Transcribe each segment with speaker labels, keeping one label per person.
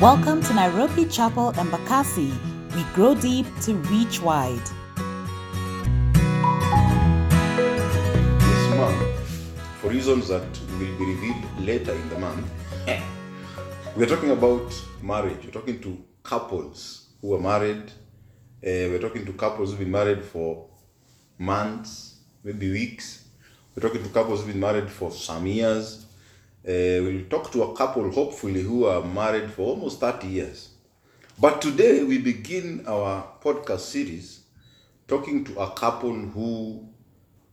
Speaker 1: Welcome to Nairobi Chapel and Bakassi. We grow deep to reach wide.
Speaker 2: this month, for reasons that will be revealed later in the month, we're talking about marriage. We're talking to couples who are married. Uh, we're talking to couples who've been married for months, maybe weeks. We're talking to couples who've been married for some years. Uh, we'll talk to a couple, hopefully, who are married for almost 30 years. But today we begin our podcast series talking to a couple who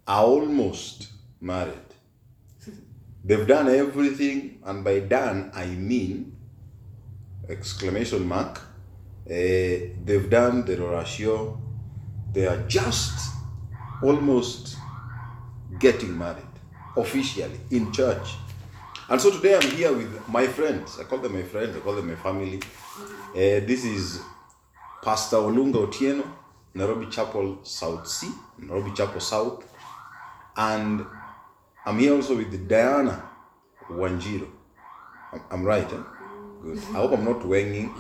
Speaker 2: are almost married. They've done everything, and by done I mean exclamation mark. Eh, they've done the ratio. They are just almost getting married officially in church. And so today I'm here with my friends. I call them my friends. I call them my family. Eh, this is Pastor Olunga Otieno, Nairobi Chapel South C, Nairobi Chapel South, and I'm here also with Diana Wanjiro. I'm, I'm right, eh? Good. I hope I'm not wanging.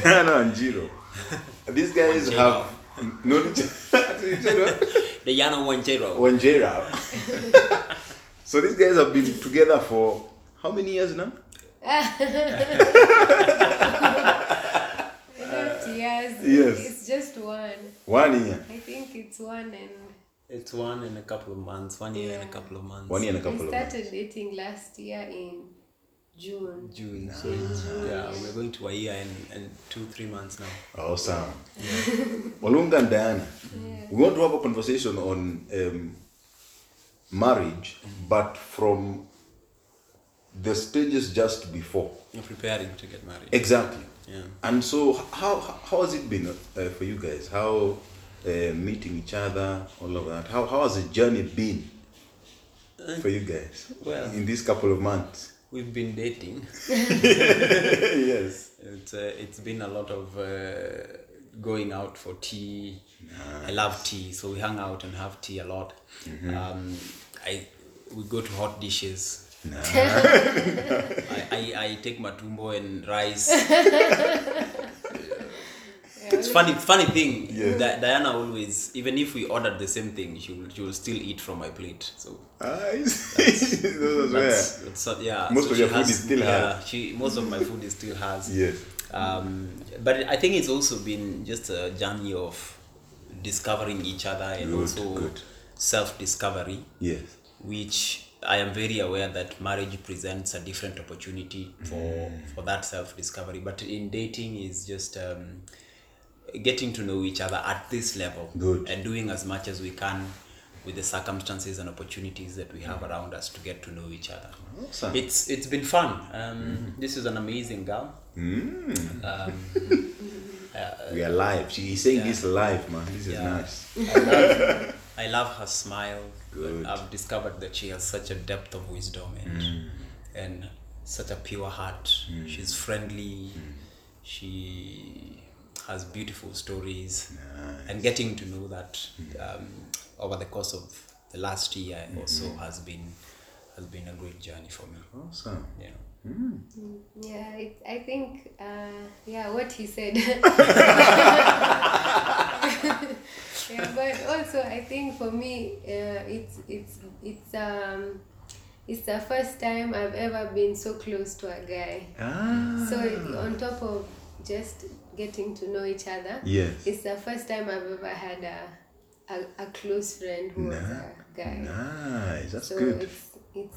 Speaker 2: Diana Wanjiro. These guys
Speaker 3: Wanjiro.
Speaker 2: have no Wanjiro.
Speaker 3: The Yano Wanjero.
Speaker 2: Wanjira. so these guys have been together for how many years now?
Speaker 4: Not years.
Speaker 2: yes.
Speaker 4: It's just one.
Speaker 2: One year.
Speaker 4: I think it's one and
Speaker 3: It's one in a couple of months. One year and a
Speaker 4: Yeah.
Speaker 3: couple of months.
Speaker 2: One year and a couple
Speaker 4: we
Speaker 2: of
Speaker 4: started
Speaker 2: months.
Speaker 4: dating last year in June.
Speaker 3: June. So
Speaker 2: Ah.
Speaker 3: yeah, we're going to a year and, and two, three months now.
Speaker 2: Awesome. Olunga and Diana, we want to have a conversation on um, marriage, but from the stages just before.
Speaker 3: We're preparing to get married.
Speaker 2: Exactly.
Speaker 3: Yeah.
Speaker 2: And so, h- how how how has it been uh, for you guys? How uh, meeting each other, all of that. How how has the journey been for you guys
Speaker 3: well-
Speaker 2: in these couple of months?
Speaker 3: We've been dating.
Speaker 2: yes.
Speaker 3: It's uh, it's been a lot of uh, going out for tea. I love tea, so we hang out and have tea a lot.
Speaker 2: Mm-hmm.
Speaker 3: Um, I we go to hot dishes. I, I, I take matumbo and rice. It's funny funny thing.
Speaker 2: Yeah.
Speaker 3: Di- Diana always even if we ordered the same thing, she will she will still eat from my plate. So
Speaker 2: I see. Those were-
Speaker 3: that's, that's not- yeah.
Speaker 2: Most
Speaker 3: so
Speaker 2: of
Speaker 3: she
Speaker 2: your food is still
Speaker 3: yeah,
Speaker 2: hers.
Speaker 3: She most of my food is still hers.
Speaker 2: Yes.
Speaker 3: Um, but I think it's also been just a journey of discovering each other and
Speaker 2: Good,
Speaker 3: also
Speaker 2: good.
Speaker 3: self-discovery,
Speaker 2: Yes.
Speaker 3: which I am very aware that marriage presents a different opportunity for
Speaker 2: Mm.
Speaker 3: for that self-discovery. But in dating is just. Um, getting to know each other at this level
Speaker 2: Good.
Speaker 3: and doing as much as we can with the circumstances and opportunities that we have around us to get to know each other.
Speaker 2: Mm. Awesome. Mm-hmm.
Speaker 3: It's it's been fun. Um, This is an amazing girl.
Speaker 2: We are live. She is saying this live, man. This is
Speaker 3: Yeah.
Speaker 2: nice.
Speaker 3: I love, I love her smile.
Speaker 2: Good.
Speaker 3: I've discovered that she has such a depth of wisdom and and such a pure heart. She's friendly. She has beautiful stories. And getting to know that um, over the course of the last year also has been has been a great journey for me.
Speaker 2: Awesome.
Speaker 3: You know.
Speaker 4: Yeah, it, I think, uh, yeah, what he said. yeah, but also I think for me, uh, it's it's it's um, it's the first time I've ever been so close to a guy.
Speaker 2: Ah.
Speaker 4: So on top of just getting to know each other,
Speaker 2: Yes.
Speaker 4: it's the first time I've ever had a a, a close friend who was a guy.
Speaker 2: Nice. That's
Speaker 4: so
Speaker 2: good.
Speaker 4: it's it's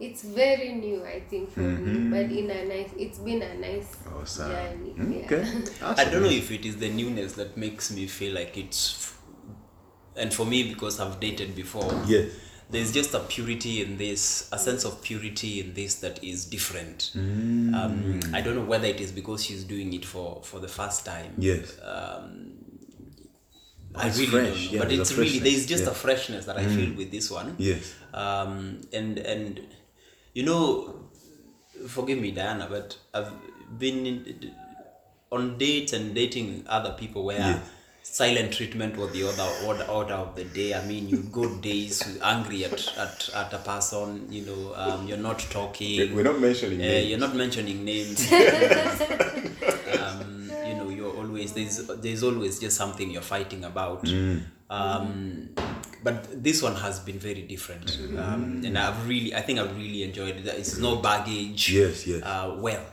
Speaker 4: it's very new, I think, for me. But in a nice, it's been a nice
Speaker 2: Mm-hmm. Awesome.
Speaker 4: journey. yeah.
Speaker 2: Okay.
Speaker 3: I don't know if it is the newness that makes me feel like it's, f- and for me because I've dated before.
Speaker 2: Yes.
Speaker 3: There's just a purity in this, a sense of purity in this that is different.
Speaker 2: Mm.
Speaker 3: Um, I don't know whether it is because she's doing it for for the first time.
Speaker 2: Yes.
Speaker 3: Uh, I
Speaker 2: It's
Speaker 3: really
Speaker 2: fresh,
Speaker 3: don't know,
Speaker 2: yeah,
Speaker 3: but
Speaker 2: there's a
Speaker 3: it's really
Speaker 2: freshness,
Speaker 3: there's just
Speaker 2: yeah. Mm.
Speaker 3: a freshness that I feel with this one.
Speaker 2: Yes.
Speaker 3: um, and and you know, forgive me, Diana, but I've been in, on dates and dating other people where
Speaker 2: Yes.
Speaker 3: silent treatment was the other order, order of the day. I mean, you go days you're angry at, at, at a person, you know, um, you're not talking.
Speaker 2: We're not mentioning
Speaker 3: Uh,
Speaker 2: names.
Speaker 3: you're not mentioning names. um, you know, you're always there's there's always just something you're fighting about.
Speaker 2: Mm.
Speaker 3: Um, but this one has been very different, um, and I've really, I think I've really enjoyed it. It's no baggage.
Speaker 2: Yes, yes. Mm.
Speaker 3: Uh, well,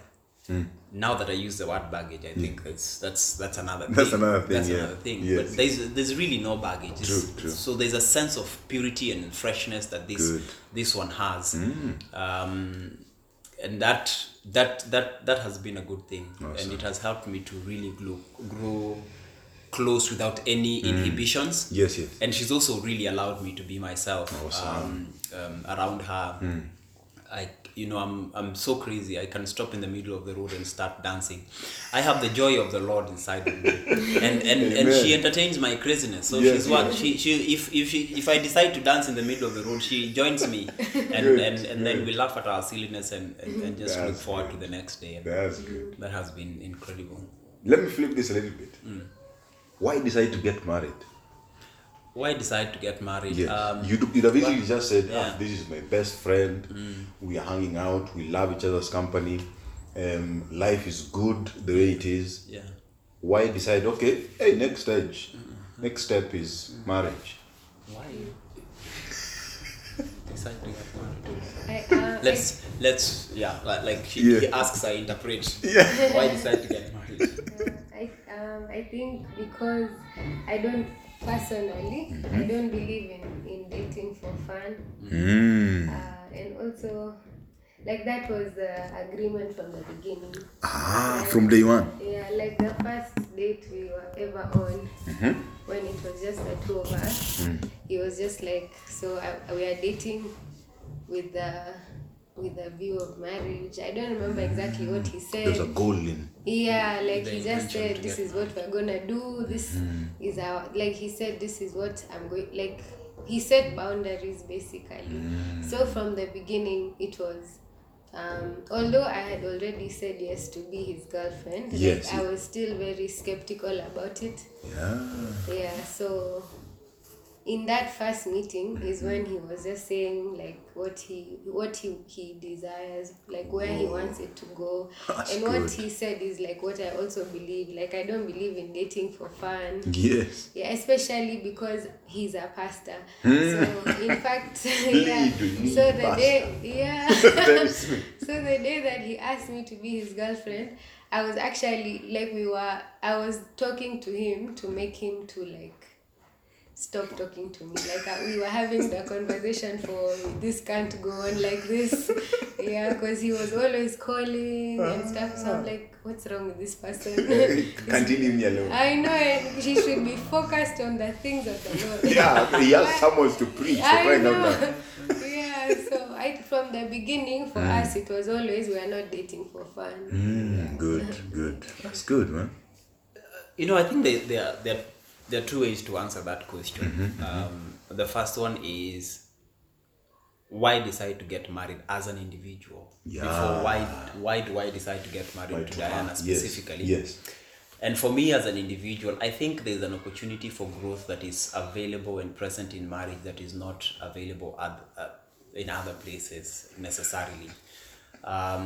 Speaker 3: now that I use the word baggage, I think that's that's that's another
Speaker 2: That's
Speaker 3: thing.
Speaker 2: another thing,
Speaker 3: That's
Speaker 2: yeah.
Speaker 3: another thing.
Speaker 2: Yes.
Speaker 3: But there's there's really no baggage. It's-
Speaker 2: True, true.
Speaker 3: So there's a sense of purity and freshness that this
Speaker 2: Good. Mm.
Speaker 3: this one has. Um, and that that that that has been a good thing and it has helped me to really grow, grow close without any inhibitions
Speaker 2: Mm. Yes, yes.
Speaker 3: and she's also really allowed me to be myself um, um, around her
Speaker 2: Mm.
Speaker 3: I, you know, I'm, I'm so crazy. I can stop in the middle of the road and start dancing. I have the joy of the Lord inside of me, and and, and she
Speaker 2: Amen.
Speaker 3: entertains my craziness. So
Speaker 2: Yes,
Speaker 3: she's one.
Speaker 2: yes.
Speaker 3: She, she if if she if I decide to dance in the middle of the road, she joins me, and
Speaker 2: Good,
Speaker 3: and, and then
Speaker 2: good.
Speaker 3: we laugh at our silliness and and, and just look
Speaker 2: That's
Speaker 3: forward to the next day. And
Speaker 2: That's good.
Speaker 3: that has been incredible.
Speaker 2: Let me flip this a little bit.
Speaker 3: Hmm.
Speaker 2: Why decide to get married?
Speaker 3: Why decide to get married?
Speaker 2: Yes.
Speaker 3: Um,
Speaker 2: you do, you'd have easily just said, ah,
Speaker 3: yeah. Mm.
Speaker 2: This is my best friend. We are hanging out. We love each other's company. Um, life is good the way it is.
Speaker 3: yeah.
Speaker 2: Why decide, okay, hey, next stage,
Speaker 3: Mm-hmm.
Speaker 2: next step is marriage?
Speaker 3: Why decide to get married?
Speaker 4: I, uh,
Speaker 3: let's let's yeah like, like he,
Speaker 2: Yeah.
Speaker 3: he asks i interpret yeah why decide to get married
Speaker 4: I, um, I think because I don't personally, I
Speaker 2: Mm-hmm.
Speaker 4: don't believe in, in dating for fun.
Speaker 2: Mm.
Speaker 4: Uh, and also, like that was the agreement from the beginning.
Speaker 2: Ah, from day one.
Speaker 4: Yeah, like the first date we were ever on,
Speaker 2: Mm-hmm.
Speaker 4: when it was just the two of us,
Speaker 2: Mm.
Speaker 4: it was just like so. I, we are dating with the with the view of marriage. I don't remember exactly what he said.
Speaker 2: There's a goal in.
Speaker 4: Yeah, like
Speaker 3: The
Speaker 4: he just
Speaker 3: intention
Speaker 4: said,
Speaker 3: to
Speaker 4: this
Speaker 3: get Mm.
Speaker 4: is what we're gonna do. This is our like he said, this is what I'm going. Like he set boundaries basically.
Speaker 3: Mm.
Speaker 4: So from the beginning, it was. Um, although I had already said yes to be his girlfriend, like,
Speaker 2: Yes.
Speaker 4: I was still very skeptical about it.
Speaker 2: Yeah.
Speaker 4: Yeah, so in that first meeting is when he was just saying like what he what he, he desires, like where
Speaker 3: Oh.
Speaker 4: he wants it to go.
Speaker 2: That's
Speaker 4: and what
Speaker 2: good.
Speaker 4: he said is like what I also believe. Like I don't believe in dating for fun.
Speaker 2: Yes.
Speaker 4: Yeah, especially because he's a pastor. So in fact,
Speaker 2: Really,
Speaker 4: yeah.
Speaker 2: do Hmm. you
Speaker 4: So
Speaker 2: need
Speaker 4: the day, yeah.
Speaker 2: Very soon.
Speaker 4: so the day that he asked me to be his girlfriend, I was actually like we were. I was talking to him to make him to like stop talking to me. Like uh, we were having the conversation for this can't go on like this. Yeah, because he was always calling and stuff. So I'm like, what's wrong with this person?
Speaker 2: Ah. Can't you leave me alone?
Speaker 4: I know and she should be focused on the things of the Lord.
Speaker 2: yeah, he has someone to preach. so
Speaker 4: I
Speaker 2: right now
Speaker 4: know.
Speaker 2: that-
Speaker 4: yeah, so I from the beginning for us it was always we are not dating for fun.
Speaker 2: Mm, good, good. That's good, man.
Speaker 3: you know i think there there are- there, are- there are two ways to answer that question
Speaker 2: Mm-hmm,
Speaker 3: um, the first one is why decide to get married as an individual
Speaker 2: Yeah.
Speaker 3: before why why do i decide to get married to diana specifically
Speaker 2: Yes.
Speaker 3: And for me as an individual, I think there's an opportunity for growth that is available and present in marriage that is not available at, uh, in other places necessarily. Um,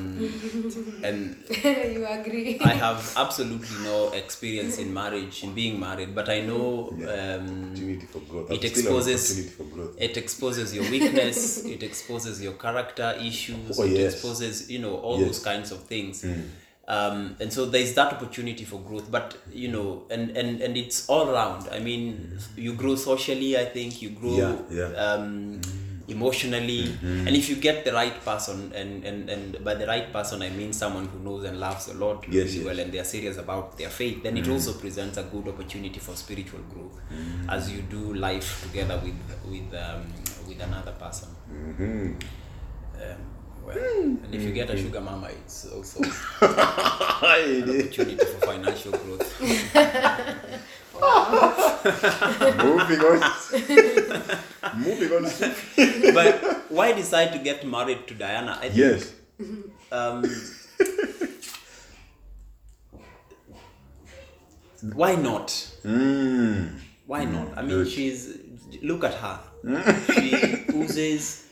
Speaker 3: and
Speaker 4: you agree?
Speaker 3: I have absolutely no experience in marriage, in being married, but I know um,
Speaker 2: Opportunity for growth.
Speaker 3: it
Speaker 2: That's still an
Speaker 3: exposes
Speaker 2: opportunity for growth.
Speaker 3: it exposes your weakness it exposes your character issues
Speaker 2: Oh,
Speaker 3: it
Speaker 2: yes.
Speaker 3: exposes you know all
Speaker 2: Yes. Mm.
Speaker 3: those kinds of things um, and so there's that opportunity for growth but you know and and and it's all around i mean you grow socially i think you grow
Speaker 2: Yeah, yeah.
Speaker 3: Um, emotionally
Speaker 2: Mm-hmm.
Speaker 3: and if you get the right person and, and and by the right person i mean someone who knows and loves the lord
Speaker 2: Yes,
Speaker 3: really
Speaker 2: yes. Mm.
Speaker 3: well and they are serious about their faith then it also presents a good opportunity for spiritual growth as you do life together with with um, with another person
Speaker 2: Mm-hmm.
Speaker 3: um, well,
Speaker 2: Mm.
Speaker 3: and if you get a sugar mama it's also an opportunity for financial growth
Speaker 2: Moving on. Moving on.
Speaker 3: but why decide to get married to diana i think
Speaker 2: Yes.
Speaker 3: um, why not
Speaker 2: Mm.
Speaker 3: Why not? I mean,
Speaker 2: Good. Mm.
Speaker 3: she's look at her. she oozes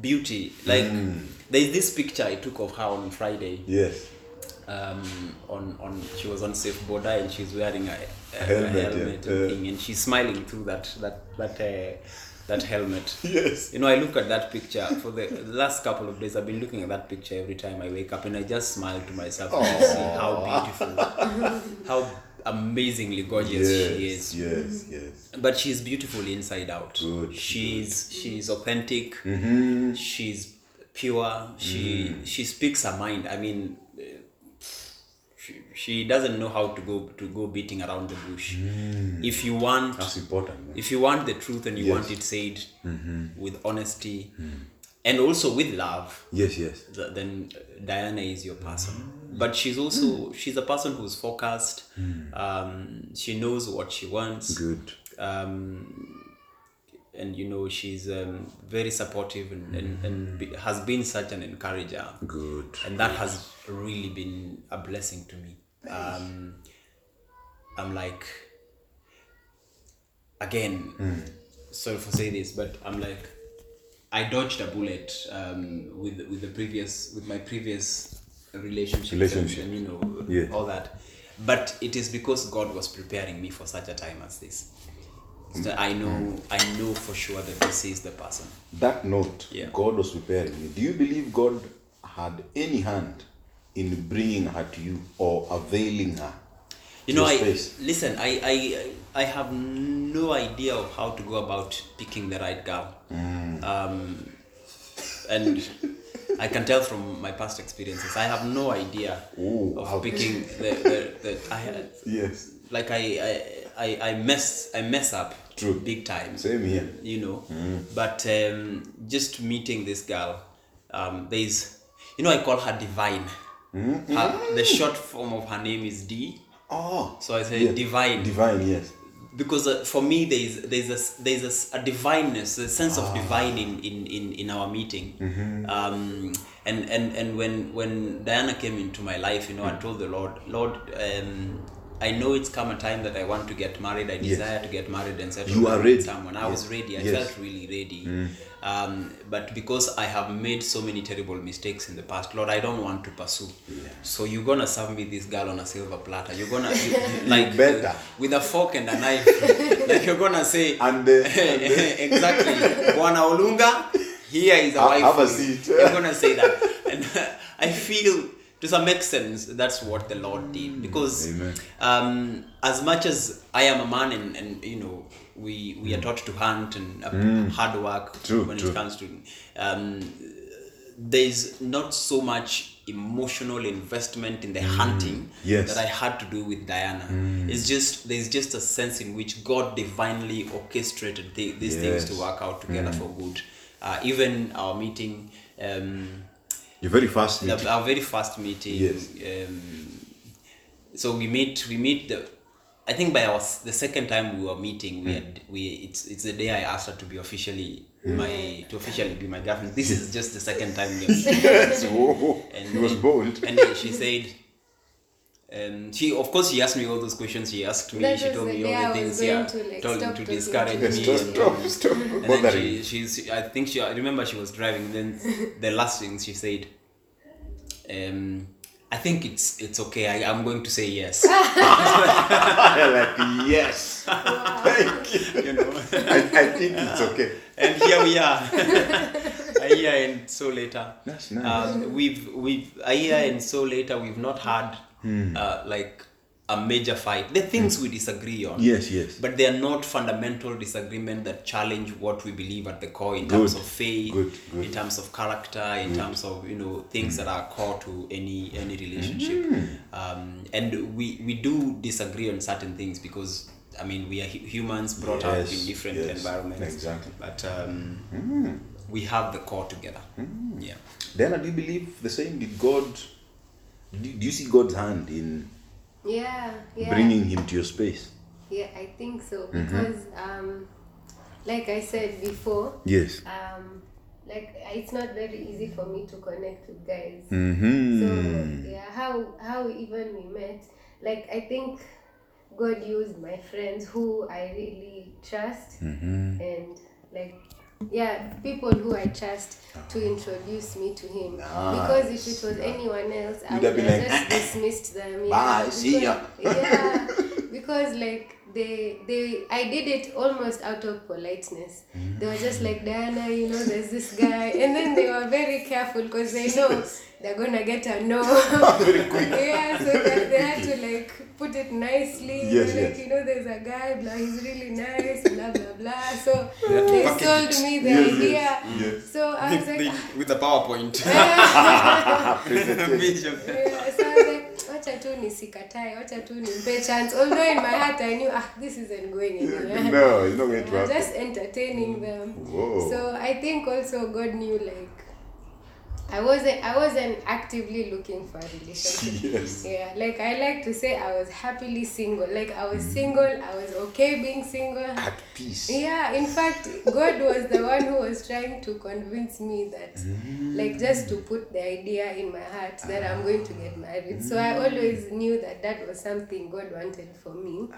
Speaker 3: beauty. Like
Speaker 2: Mm.
Speaker 3: there's this picture I took of her on Friday.
Speaker 2: Yes.
Speaker 3: Um, on on she was on safe border and she's wearing a, a, a helmet,
Speaker 2: Helmet, yeah. Uh.
Speaker 3: and
Speaker 2: Yeah.
Speaker 3: thing, and she's smiling through that that that uh, that helmet.
Speaker 2: Yes.
Speaker 3: You know, I look at that picture for the the last couple of days. I've been looking at that picture every time I wake up, and I just smile to myself and I see how beautiful, how amazingly gorgeous she
Speaker 2: Yes.
Speaker 3: is.
Speaker 2: Yes. Yes.
Speaker 3: But she's beautiful inside out.
Speaker 2: Good, Mm-hmm.
Speaker 3: She's she's authentic. She's pure. She
Speaker 2: Mm.
Speaker 3: she speaks her mind. I mean, uh, she, she doesn't know how to go to go beating around the bush. If you want
Speaker 2: Mm. That's important.
Speaker 3: if you want the truth and you
Speaker 2: Yes. Mm-hmm. Mm.
Speaker 3: want it said with honesty and also with love
Speaker 2: Yes. Yes.
Speaker 3: th- then diana is your person
Speaker 2: Mm.
Speaker 3: but she's also she's a person who's focused um, she knows what she wants
Speaker 2: Good.
Speaker 3: um, and you know she's um, very supportive and, and, and be, has been such an encourager
Speaker 2: Good.
Speaker 3: and that has really been a blessing to me um, i'm like again
Speaker 2: Hmm.
Speaker 3: sorry for saying this but i'm like i dodged a bullet um, with with the previous with my previous relationship
Speaker 2: Relationship.
Speaker 3: and, you know
Speaker 2: Yeah.
Speaker 3: all that but it is because god was preparing me for such a time as this so
Speaker 2: Hmm.
Speaker 3: i know i know for sure that this is the person
Speaker 2: That note,
Speaker 3: Yeah.
Speaker 2: God was preparing you. Do you believe God had any hand in bringing her to you or availing her?
Speaker 3: you know
Speaker 2: your
Speaker 3: i
Speaker 2: space.
Speaker 3: listen I, I i have no idea of how to go about picking the right girl
Speaker 2: Mm.
Speaker 3: um, and i can tell from my past experiences i have no idea
Speaker 2: Ooh,
Speaker 3: of
Speaker 2: ouch.
Speaker 3: picking the, the, the I,
Speaker 2: Yes.
Speaker 3: like I, I i i mess i mess up
Speaker 2: True.
Speaker 3: big time
Speaker 2: Same Mm. here.
Speaker 3: you know but um, just meeting this girl um, there's you know i call her divine
Speaker 2: Mm-hmm.
Speaker 3: her, the short form of her name is d
Speaker 2: Oh.
Speaker 3: so also I say
Speaker 2: Yeah.
Speaker 3: divine
Speaker 2: Divine, yes.
Speaker 3: because uh, for me there is there's a s- there's a, s- a divineness, a sense
Speaker 2: Ah.
Speaker 3: of divine in, in, in, in our meeting.
Speaker 2: Mm-hmm.
Speaker 3: Um, and, and and when when Diana came into my life, you know,
Speaker 2: Mm.
Speaker 3: I told the Lord, Lord, um, I know it's come a time that I want to get married. I desire to get married and settle
Speaker 2: You
Speaker 3: down
Speaker 2: are
Speaker 3: with
Speaker 2: ready.
Speaker 3: someone. I
Speaker 2: Yes.
Speaker 3: was ready. I
Speaker 2: Yes. Mm.
Speaker 3: felt really ready. Um, but because I have made so many terrible mistakes in the past, Lord, I don't want to pursue. So you're gonna serve me this girl on a silver platter. You're gonna you, you- like
Speaker 2: better.
Speaker 3: with a fork and a knife. like you're gonna say
Speaker 2: And, uh, and, uh,
Speaker 3: exactly, Bwana Olunga. Here is a
Speaker 2: Ha-
Speaker 3: wife.
Speaker 2: have a
Speaker 3: for you."
Speaker 2: seat.
Speaker 3: You're gonna say that, and I feel to some extent that's what the Lord did because
Speaker 2: Mm, Amen.
Speaker 3: um, as much as I am a man and, and you know we we are taught to hunt and uh, hard work
Speaker 2: Mm. True,
Speaker 3: when
Speaker 2: true.
Speaker 3: it comes to um, there's not so much emotional investment in the hunting
Speaker 2: Mm, Yes. Mm.
Speaker 3: that I had to do with Diana. It's just there's just a sense in which God divinely orchestrated the, these
Speaker 2: Yes. Mm.
Speaker 3: things to work out together for good. Uh, even our meeting, um,
Speaker 2: You're very fast.
Speaker 3: the- our very first meeting.
Speaker 2: Yes.
Speaker 3: Um, so we meet. We meet the. I think by our s- the second time we were meeting,
Speaker 2: Mm.
Speaker 3: we had we it's it's the day I asked her to be officially
Speaker 2: Mm.
Speaker 3: my to officially be my girlfriend. This is just the second time we have
Speaker 2: Yes. Oh,
Speaker 3: and
Speaker 2: he was
Speaker 3: and-
Speaker 2: bold.
Speaker 3: And then she said, um, she of course she asked me all those questions. She asked me.
Speaker 4: That
Speaker 3: she
Speaker 4: was
Speaker 3: told
Speaker 4: the
Speaker 3: me
Speaker 4: day
Speaker 3: all
Speaker 4: I
Speaker 3: the
Speaker 4: was
Speaker 3: things.
Speaker 4: going
Speaker 3: Yeah,
Speaker 4: to, like,
Speaker 3: told
Speaker 4: stop
Speaker 3: to
Speaker 4: talking
Speaker 3: discourage
Speaker 4: to
Speaker 2: Yes,
Speaker 3: me.
Speaker 2: stop,
Speaker 3: and-
Speaker 2: stop, stop.
Speaker 3: and then
Speaker 2: Bothering.
Speaker 3: she, she's, I think she, I remember she was driving. Then the last thing she said, um, I think it's it's okay. I, I'm going to say yes.
Speaker 2: like, yes. Thank you.
Speaker 3: you know.
Speaker 2: I, I think it's okay.
Speaker 3: and here we are E a year and so later
Speaker 2: That's nice.
Speaker 3: um, we've we've E a year and so later we've not had
Speaker 2: Hmm.
Speaker 3: uh, like a major fight the things we disagree on
Speaker 2: Yes, yes.
Speaker 3: but they are not fundamental disagreement that challenge what we believe at the core in terms
Speaker 2: Good.
Speaker 3: of faith
Speaker 2: Good, good.
Speaker 3: in terms of character in terms of you know things that are core to any any relationship
Speaker 2: Mm.
Speaker 3: um, and we we do disagree on certain things because i mean we are hu- humans brought up
Speaker 2: Yes,
Speaker 3: in different
Speaker 2: yes,
Speaker 3: environments
Speaker 2: exactly. Mm.
Speaker 3: but um, we have the core together yeah
Speaker 2: Then I do believe the same. Did God? Do, do you see God's hand in
Speaker 4: Yeah, yeah.
Speaker 2: bringing Mm-hmm. him to your space?
Speaker 4: Yeah, I think so because, um, like I said before,
Speaker 2: Yes.
Speaker 4: um, like it's not very easy for me to connect with guys.
Speaker 2: Mm-hmm.
Speaker 4: So yeah, how how even we met, like I think God used my friends who I really trust
Speaker 2: Mm-hmm.
Speaker 4: and like yeah, people who I trust to
Speaker 2: Ah.
Speaker 4: introduce me to him. Because if it was anyone else, I
Speaker 2: You'd
Speaker 4: would
Speaker 2: have
Speaker 4: have
Speaker 2: been like,
Speaker 4: just dismissed them. Yeah,
Speaker 2: Bye,
Speaker 4: because,
Speaker 2: see ya.
Speaker 4: yeah, because like they they I did it almost out of politeness. They were just like Diana, you know, there's this guy, and then they were very careful because they know they're gonna get a no.
Speaker 2: Very quick.
Speaker 4: yeah, so that they had to like put it nicely.
Speaker 2: Yes,
Speaker 4: like,
Speaker 2: yes.
Speaker 4: you know, there's a guy, blah, he's really nice, blah, blah, blah. So
Speaker 3: had to
Speaker 4: they
Speaker 3: package
Speaker 4: sold me the
Speaker 2: Yes,
Speaker 4: idea.
Speaker 2: yes, yes.
Speaker 4: Oh, So I was
Speaker 5: With
Speaker 4: like,
Speaker 5: the- with the PowerPoint.
Speaker 4: "Ah."
Speaker 5: Vision.
Speaker 4: yeah. Eh, So I was like, wacha tu nisikatae, wacha tu nimpe chance. Although in my heart I knew, ah, this isn't going anywhere.
Speaker 2: no, it's not going to
Speaker 4: I'm
Speaker 2: happen.
Speaker 4: just entertaining them.
Speaker 2: Whoa.
Speaker 4: So I think also God knew like I wasn't I wasn't actively looking for a relationship.
Speaker 2: Yes.
Speaker 4: Yeah, like I like to say I was happily single. Like I was single, I was okay being single.
Speaker 2: At peace.
Speaker 4: Yeah, in fact, God was the one who was trying to convince me that, like, just to put the idea in my heart that I'm going to get married. So I always knew that that was something God wanted for me,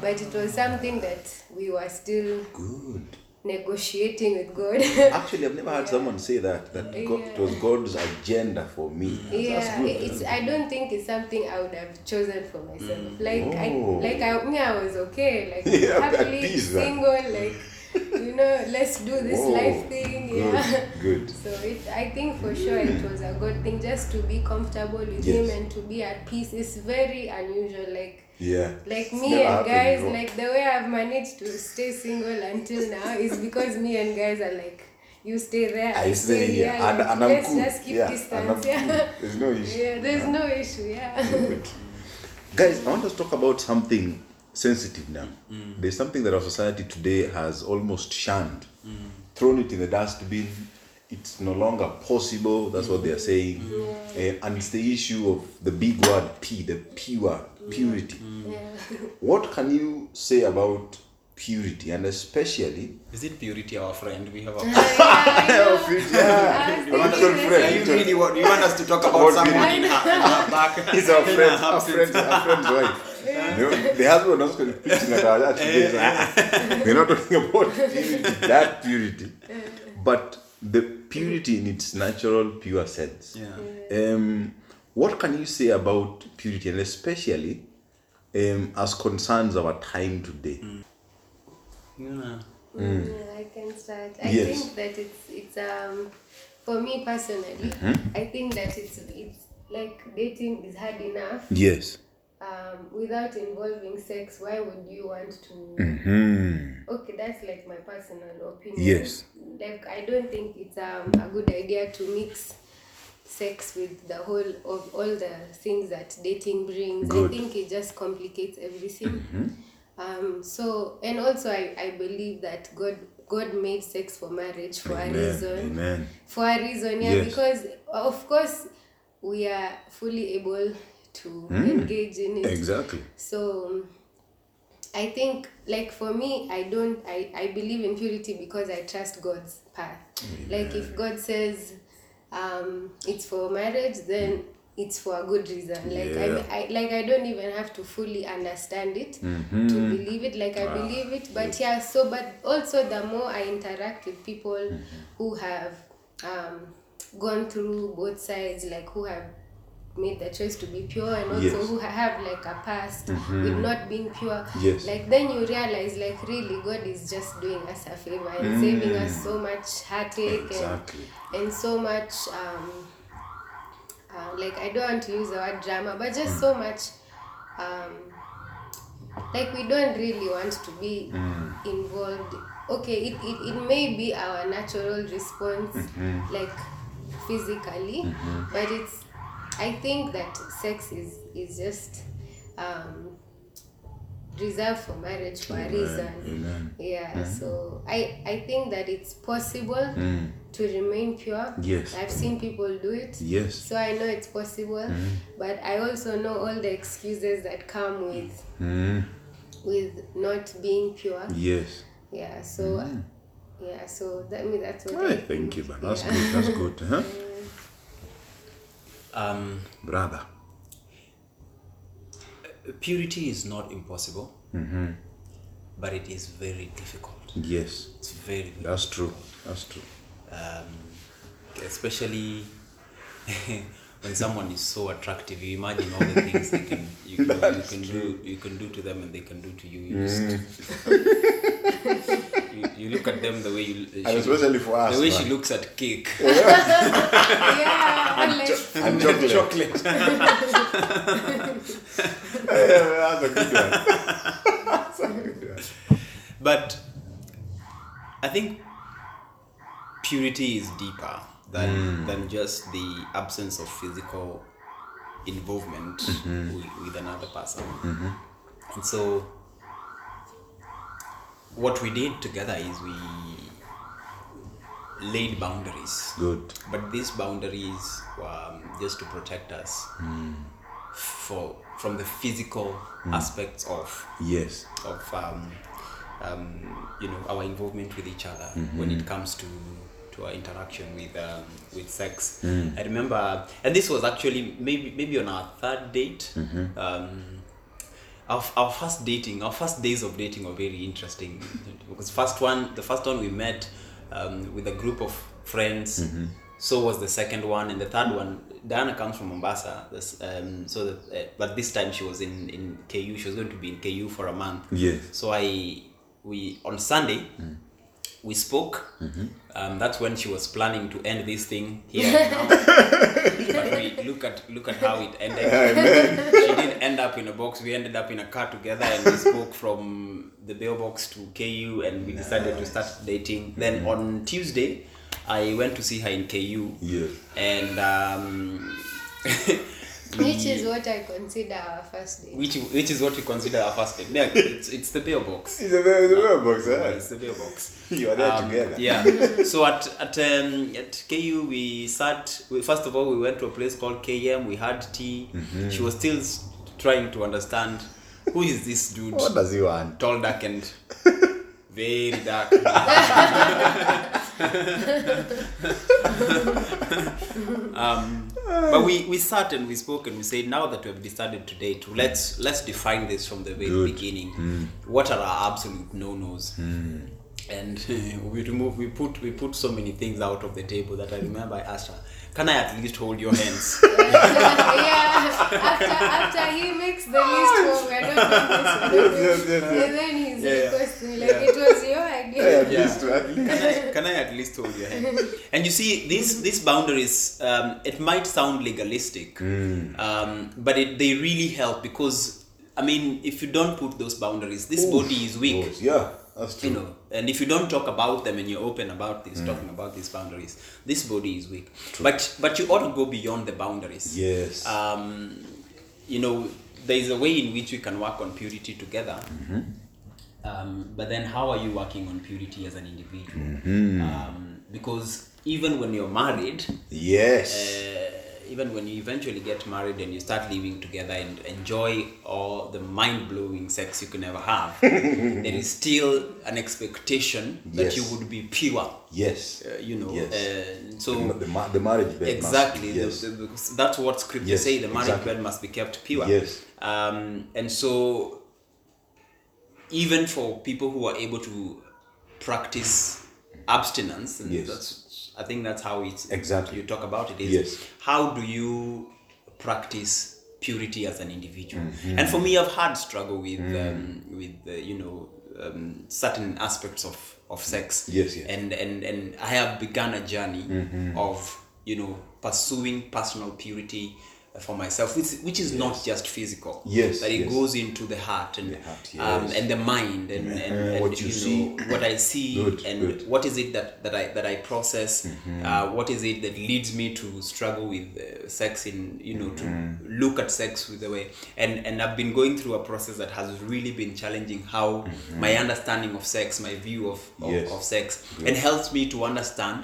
Speaker 4: but it was something that we were still
Speaker 2: Good.
Speaker 4: negotiating with God.
Speaker 2: Actually, I've never heard someone say that. That God, it
Speaker 4: Yeah.
Speaker 2: was God's agenda for me. That's- That's
Speaker 4: yeah,
Speaker 2: good.
Speaker 4: it's. I don't think it's something I would have chosen for myself. Like
Speaker 2: Oh.
Speaker 4: I, like I, me, I was okay. Like
Speaker 2: Yeah, but
Speaker 4: happily
Speaker 2: these are-
Speaker 4: single. Like you know, let's do this
Speaker 2: Whoa.
Speaker 4: life thing.
Speaker 2: Good.
Speaker 4: Yeah.
Speaker 2: Good.
Speaker 4: So it, I think for sure it was a good thing just to be comfortable with
Speaker 2: Yes.
Speaker 4: him and to be at peace. It's very unusual, like
Speaker 2: Yeah.
Speaker 4: like
Speaker 2: It's
Speaker 4: me
Speaker 2: never
Speaker 4: and
Speaker 2: happened
Speaker 4: guys.
Speaker 2: before.
Speaker 4: Like the way I've managed to stay single until now is because me and guys are like, you stay there,
Speaker 2: I stay here, and,
Speaker 4: you-
Speaker 2: and I'm
Speaker 4: let's
Speaker 2: cool.
Speaker 4: just keep
Speaker 2: yeah, and I'm
Speaker 4: distance.
Speaker 2: cool.
Speaker 4: Yeah,
Speaker 2: There's no issue.
Speaker 4: yeah. There's no issue. Yeah.
Speaker 2: Good. Guys, I want us to talk about something sensitive now. There's something that our society today has almost shunned, thrown it in the dustbin. It's no longer possible. That's what they are saying. Eh, and it's the issue of the big word P, the P word, purity. What can you say about purity and especially
Speaker 3: Is it purity, our friend? We have a
Speaker 4: yeah.
Speaker 2: yeah,
Speaker 4: I was
Speaker 2: mutual
Speaker 4: thinking
Speaker 5: Are
Speaker 2: friend.
Speaker 5: you
Speaker 2: mutual-
Speaker 5: really what you want us to talk about
Speaker 2: What
Speaker 5: someone
Speaker 2: really-
Speaker 5: in her, in her back?
Speaker 2: He's our
Speaker 5: in her
Speaker 2: friend, our
Speaker 5: absence?
Speaker 2: friend, our friend's wife. You know, the husband was also preaching at our church today. so, ah, We're not talking about purity, that purity, but the purity in its natural, pure sense.
Speaker 3: Yeah.
Speaker 2: Um, what can you say about purity, and especially um, as concerns our time today?
Speaker 3: yeah.
Speaker 4: Mm. Yeah, I can start. I
Speaker 2: Mm. Yes.
Speaker 4: think that it's it's um for me personally,
Speaker 2: Mm-hmm.
Speaker 4: I think that it's it's like dating is hard enough.
Speaker 2: Yes.
Speaker 4: Um, without involving sex, why would you want to?
Speaker 2: Mm-hmm. Hmm.
Speaker 4: Okay, that's like my personal opinion.
Speaker 2: Mm. Yes.
Speaker 4: Like I don't think it's um, a good idea to mix sex with the whole of all the things that dating brings.
Speaker 2: Good. Mm-hmm.
Speaker 4: I think it just complicates everything. Um, so and also I, I believe that God God made sex for marriage for a reason
Speaker 2: Amen.
Speaker 4: for a reason yeah
Speaker 2: Yes.
Speaker 4: because of course we are fully able to engage in it
Speaker 2: Mm. Exactly.
Speaker 4: so um, i think like for me i don't i, I believe in purity because i trust god's path like if god says um, it's for marriage then it's for a good reason like
Speaker 2: Yeah.
Speaker 4: I, I like i don't even have to fully understand it to
Speaker 2: Mm-hmm.
Speaker 4: believe it like i believe it but yeah so but also the more i interact with people
Speaker 2: Mm-hmm.
Speaker 4: who have um, gone through both sides like who have made the choice to be pure and also
Speaker 2: Yes.
Speaker 4: who ha- have like a past with not being pure
Speaker 2: Mm-hmm. Yes.
Speaker 4: like then you realize like really god is just doing us a favor and saving us so much heartache
Speaker 2: Mm. Exactly.
Speaker 4: and, and so much um uh, like i don't want to use the word drama but
Speaker 2: Mm.
Speaker 4: just so much um like we don't really want to be
Speaker 2: Mm.
Speaker 4: involved okay it, it, it may be our natural response
Speaker 2: Mm-hmm.
Speaker 4: like physically but it's i think that sex is is just um reserved for marriage for a reason
Speaker 2: Amen. Mm-hmm.
Speaker 4: yeah so i i think that it's possible to remain pure
Speaker 2: Mm. Yes.
Speaker 4: i've seen people do it
Speaker 2: Yes. Mm-hmm.
Speaker 4: so i know it's possible but i also know all the excuses that come with
Speaker 2: Mm.
Speaker 4: with not being pure
Speaker 2: Yes.
Speaker 4: yeah so yeah so that I mean that's what
Speaker 2: Hey,
Speaker 4: I
Speaker 2: thank you, man. That's
Speaker 4: Yeah.
Speaker 2: good. That's good. Huh?
Speaker 3: Um,
Speaker 2: Brother.
Speaker 3: purity is not impossible,
Speaker 2: Mm-hmm.
Speaker 3: but it is very difficult.
Speaker 2: yes
Speaker 3: It's very, very
Speaker 2: that's true that's true
Speaker 3: um, especially when someone is so attractive you imagine all the things they can you can, you can do you can do to them and they can do to you you,
Speaker 2: Mm.
Speaker 3: just, you, you look at them the way you
Speaker 2: and especially for us
Speaker 3: the way
Speaker 2: man.
Speaker 3: she looks at cake
Speaker 4: yeah, I'm like,
Speaker 2: and chocolate.
Speaker 3: chocolate
Speaker 2: Yeah, yeah, that's a good one. That's a good one.
Speaker 3: but i think purity is deeper than than just the absence of physical involvement with, with another person and so what we did together is we laid boundaries
Speaker 2: good
Speaker 3: but these boundaries were um, just to protect us for from the physical aspects of
Speaker 2: yes
Speaker 3: of um, um, you know our involvement with each other when it comes to to our interaction with um, with sex. I remember, and this was actually maybe maybe on our third date. Um, our, f- our first dating, our first days of dating were very interesting because first one, the first one we met um, with a group of friends. So was the second one, and the third one. Diana comes from Mombasa, this, um, so the, uh, but this time she was in in KU. She was going to be in KU for a month.
Speaker 2: Yes.
Speaker 3: So I we on Sunday. We spoke. Um, that's when she was planning to end this thing here. and now. but we look at look at how it ended she didn't end up in a box. We ended up in a car together, and we spoke from the bail box to KU, and we decided to start dating. Then on Tuesday, I went to see her in KU.
Speaker 2: Yeah.
Speaker 3: And um,
Speaker 4: which is what I consider our first date.
Speaker 3: which which is what we consider our first date. Yeah, it's, it's the bail box.
Speaker 2: it's a very it's a very box
Speaker 3: It's
Speaker 2: eh?
Speaker 3: the bail box.
Speaker 2: you are there
Speaker 3: Um,
Speaker 2: together
Speaker 3: Yeah. so at at um, at KU we sat. We, first of all, we went to a place called KM. We had tea. She was still s- trying to understand who is this dude.
Speaker 2: what does he want
Speaker 3: Tall, dark, and very dark. um, but we, we sat and we spoke and we said, now that we have decided to date, let's let's define this from the very beginning. What are our absolute no nos? And we remove we put we put so many things out of the table that I remember I asked her, can I at least hold your hands?
Speaker 4: yeah, after, after he makes the list for me, I don't think
Speaker 2: yes,
Speaker 4: this
Speaker 2: yes,
Speaker 4: is
Speaker 2: yes.
Speaker 4: And then he's
Speaker 3: Yeah, yeah.
Speaker 4: requesting, like, it was your idea.
Speaker 2: at least at least
Speaker 3: can I, can I at least hold your hand? And you see, these these boundaries, um, it might sound legalistic, um, but it, they really help because I mean, if you don't put those boundaries, this body is weak.
Speaker 2: Box, yeah that's true
Speaker 3: You know, and if you don't talk about them and you're open about this, talking about these boundaries, this body is weak. But but you ought to go beyond the boundaries
Speaker 2: yes
Speaker 3: um, you know, there is a way in which we can work on purity together.
Speaker 2: Mm-hmm.
Speaker 3: Um, but then, how are you working on purity as an individual?
Speaker 2: Mm-hmm.
Speaker 3: Um, because even when you're married,
Speaker 2: yes
Speaker 3: uh, even when you eventually get married and you start living together and enjoy all the mind blowing sex you can ever have, there is still an expectation that
Speaker 2: Yes.
Speaker 3: you would be pure.
Speaker 2: yes
Speaker 3: Uh, you know,
Speaker 2: Yes.
Speaker 3: uh, so
Speaker 2: the, the, ma- the marriage bed must-
Speaker 3: exactly the-
Speaker 2: yes
Speaker 3: the- because that's what scripture
Speaker 2: Yes,
Speaker 3: say the marriage
Speaker 2: exactly.
Speaker 3: bed must be kept pure
Speaker 2: Yes.
Speaker 3: um, and so even for people who are able to practice abstinence and
Speaker 2: Yes.
Speaker 3: that's i think that's how it's
Speaker 2: Exactly.
Speaker 3: you talk about it is
Speaker 2: Yes.
Speaker 3: how do you practice purity as an individual
Speaker 2: Mm-hmm.
Speaker 3: and for me i've had struggle with
Speaker 2: Mm.
Speaker 3: um, with uh, you know um, certain aspects of of sex
Speaker 2: Yes, Mm-hmm. yes.
Speaker 3: and and and I have begun a journey of you know pursuing personal purity for myself, which which is not just physical.
Speaker 2: Yes,
Speaker 3: but it
Speaker 2: yes.
Speaker 3: goes into the heart and
Speaker 2: heart,
Speaker 3: um,
Speaker 2: yes.
Speaker 3: and the mind and, and,
Speaker 2: Mhm,
Speaker 3: and
Speaker 2: what you
Speaker 3: know, what I see
Speaker 2: Good,
Speaker 3: and
Speaker 2: good.
Speaker 3: what is it that, that I that I process.
Speaker 2: Mm-hmm.
Speaker 3: Uh, what is it that leads me to struggle with uh, sex in you know to
Speaker 2: Mm-hmm.
Speaker 3: look at sex with a way and and I've been going through a process that has really been challenging how my understanding of sex, my view of of,
Speaker 2: Mm-hmm. Yes.
Speaker 3: of sex and helps me to understand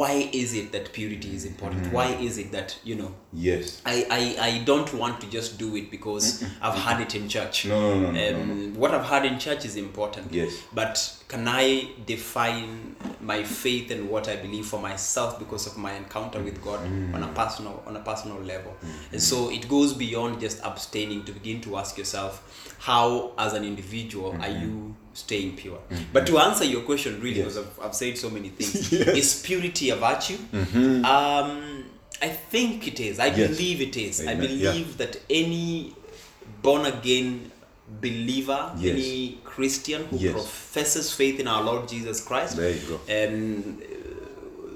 Speaker 3: why is it that purity is important?
Speaker 2: Mm-hmm.
Speaker 3: Why is it that you know
Speaker 2: yes
Speaker 3: I, I, I don't want to just do it because I've had it in church.
Speaker 2: No, no, no, no,
Speaker 3: um, What I've had in church is important.
Speaker 2: Yes.
Speaker 3: But can I define my faith and what I believe for myself because of my encounter with God
Speaker 2: Mm.
Speaker 3: on a personal on a personal level? And so it goes beyond just abstaining to begin to ask yourself, how as an individual are you staying pure? But to answer your question really, because I've, I've said so many things, is purity a virtue? Um, I think it is. I
Speaker 2: Yes.
Speaker 3: believe it is. I
Speaker 2: Amen.
Speaker 3: believe that any born again believer,
Speaker 2: Yes.
Speaker 3: any Christian who
Speaker 2: Yes.
Speaker 3: professes faith in our Lord Jesus Christ,
Speaker 2: There you go.
Speaker 3: um, uh,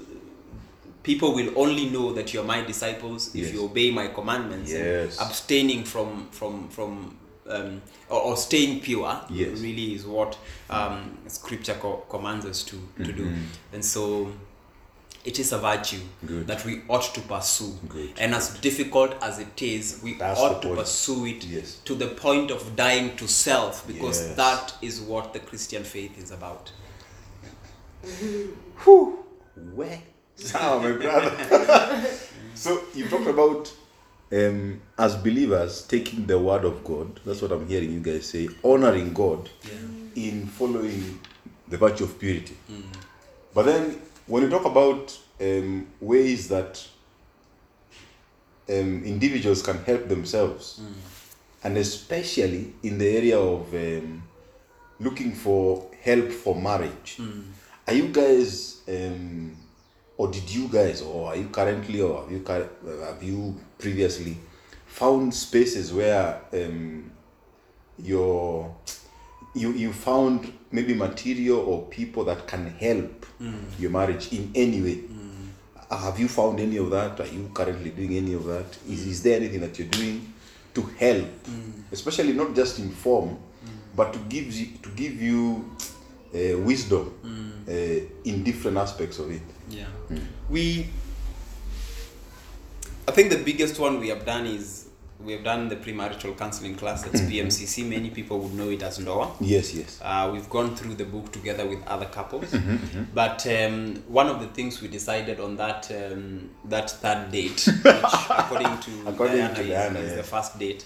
Speaker 3: people will only know that you are my disciples
Speaker 2: Yes.
Speaker 3: if you obey my commandments. and
Speaker 2: Yes.
Speaker 3: abstaining from from from um, or, or staying pure
Speaker 2: Yes.
Speaker 3: really is what um, Scripture co- commands us to to do,
Speaker 2: Mm-hmm.
Speaker 3: and so it is a virtue
Speaker 2: Good.
Speaker 3: that we ought to pursue.
Speaker 2: Good.
Speaker 3: And as difficult as it is, we
Speaker 2: That's the
Speaker 3: ought to
Speaker 2: point.
Speaker 3: pursue it
Speaker 2: Yes.
Speaker 3: to the point of dying to self because
Speaker 2: Yes.
Speaker 3: that is what the Christian faith is about.
Speaker 2: Where? Ah, my brother. so you talked about um, as believers taking the word of God. That's what I'm hearing you guys say. Honoring God in following the virtue of purity. But then when you talk about um, ways that um, individuals can help themselves, and especially in the area of um, looking for help for marriage. Are you guys, um, or did you guys, or are you currently, or have you cur- have you previously found spaces where um, your you you found maybe material or people that can help your marriage in any way? Have you found any of that? Are you currently doing any of that? Is, is there anything that you're doing to help, especially not just inform, but to give you, to give you uh, wisdom uh, in different aspects of it?
Speaker 3: Yeah.
Speaker 2: Hmm.
Speaker 3: We I think the biggest one we have done is we have done the premarital counseling class that's
Speaker 2: Hmm.
Speaker 3: PMCC. Many people would know it as NDOA.
Speaker 2: Yes, yes. Mm-hmm,
Speaker 3: Uh, we've gone through the book together with other couples, but um, one of the things we decided on that um, that third date, which according to
Speaker 2: According
Speaker 3: Diana,
Speaker 2: to
Speaker 3: is-
Speaker 2: Diana,
Speaker 3: is,
Speaker 2: yeah.
Speaker 3: the first date.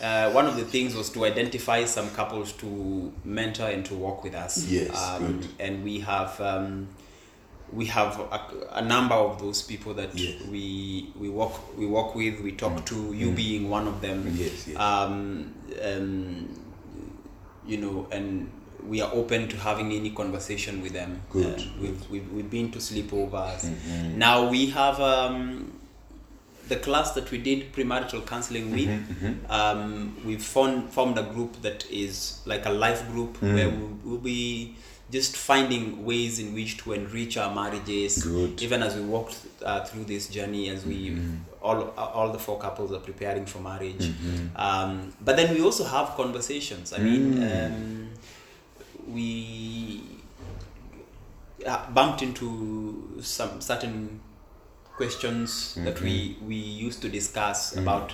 Speaker 3: Uh, one of the things was to identify some couples to mentor and to work with us.
Speaker 2: Yes,
Speaker 3: um,
Speaker 2: good.
Speaker 3: and we have. Um, we have a, a number of those people that
Speaker 2: Yes. Mm.
Speaker 3: we we work we work with we talk to you being one of them
Speaker 2: Yes, yes.
Speaker 3: um, um, you know, and we are open to having any conversation with them.
Speaker 2: Good.
Speaker 3: we've, we've, we've been to sleepovers. Now we have um, the class that we did premarital counseling with. Um, we've formed, formed a group that is like a life group where we'll, we'll be just finding ways in which to enrich our marriages
Speaker 2: Good.
Speaker 3: even as we walked uh, through this journey as we all all the four couples are preparing for marriage um, but then we also have conversations i mean um, we uh, bumped into some certain questions that we
Speaker 2: Mm-hmm.
Speaker 3: we used to discuss
Speaker 2: Mm.
Speaker 3: about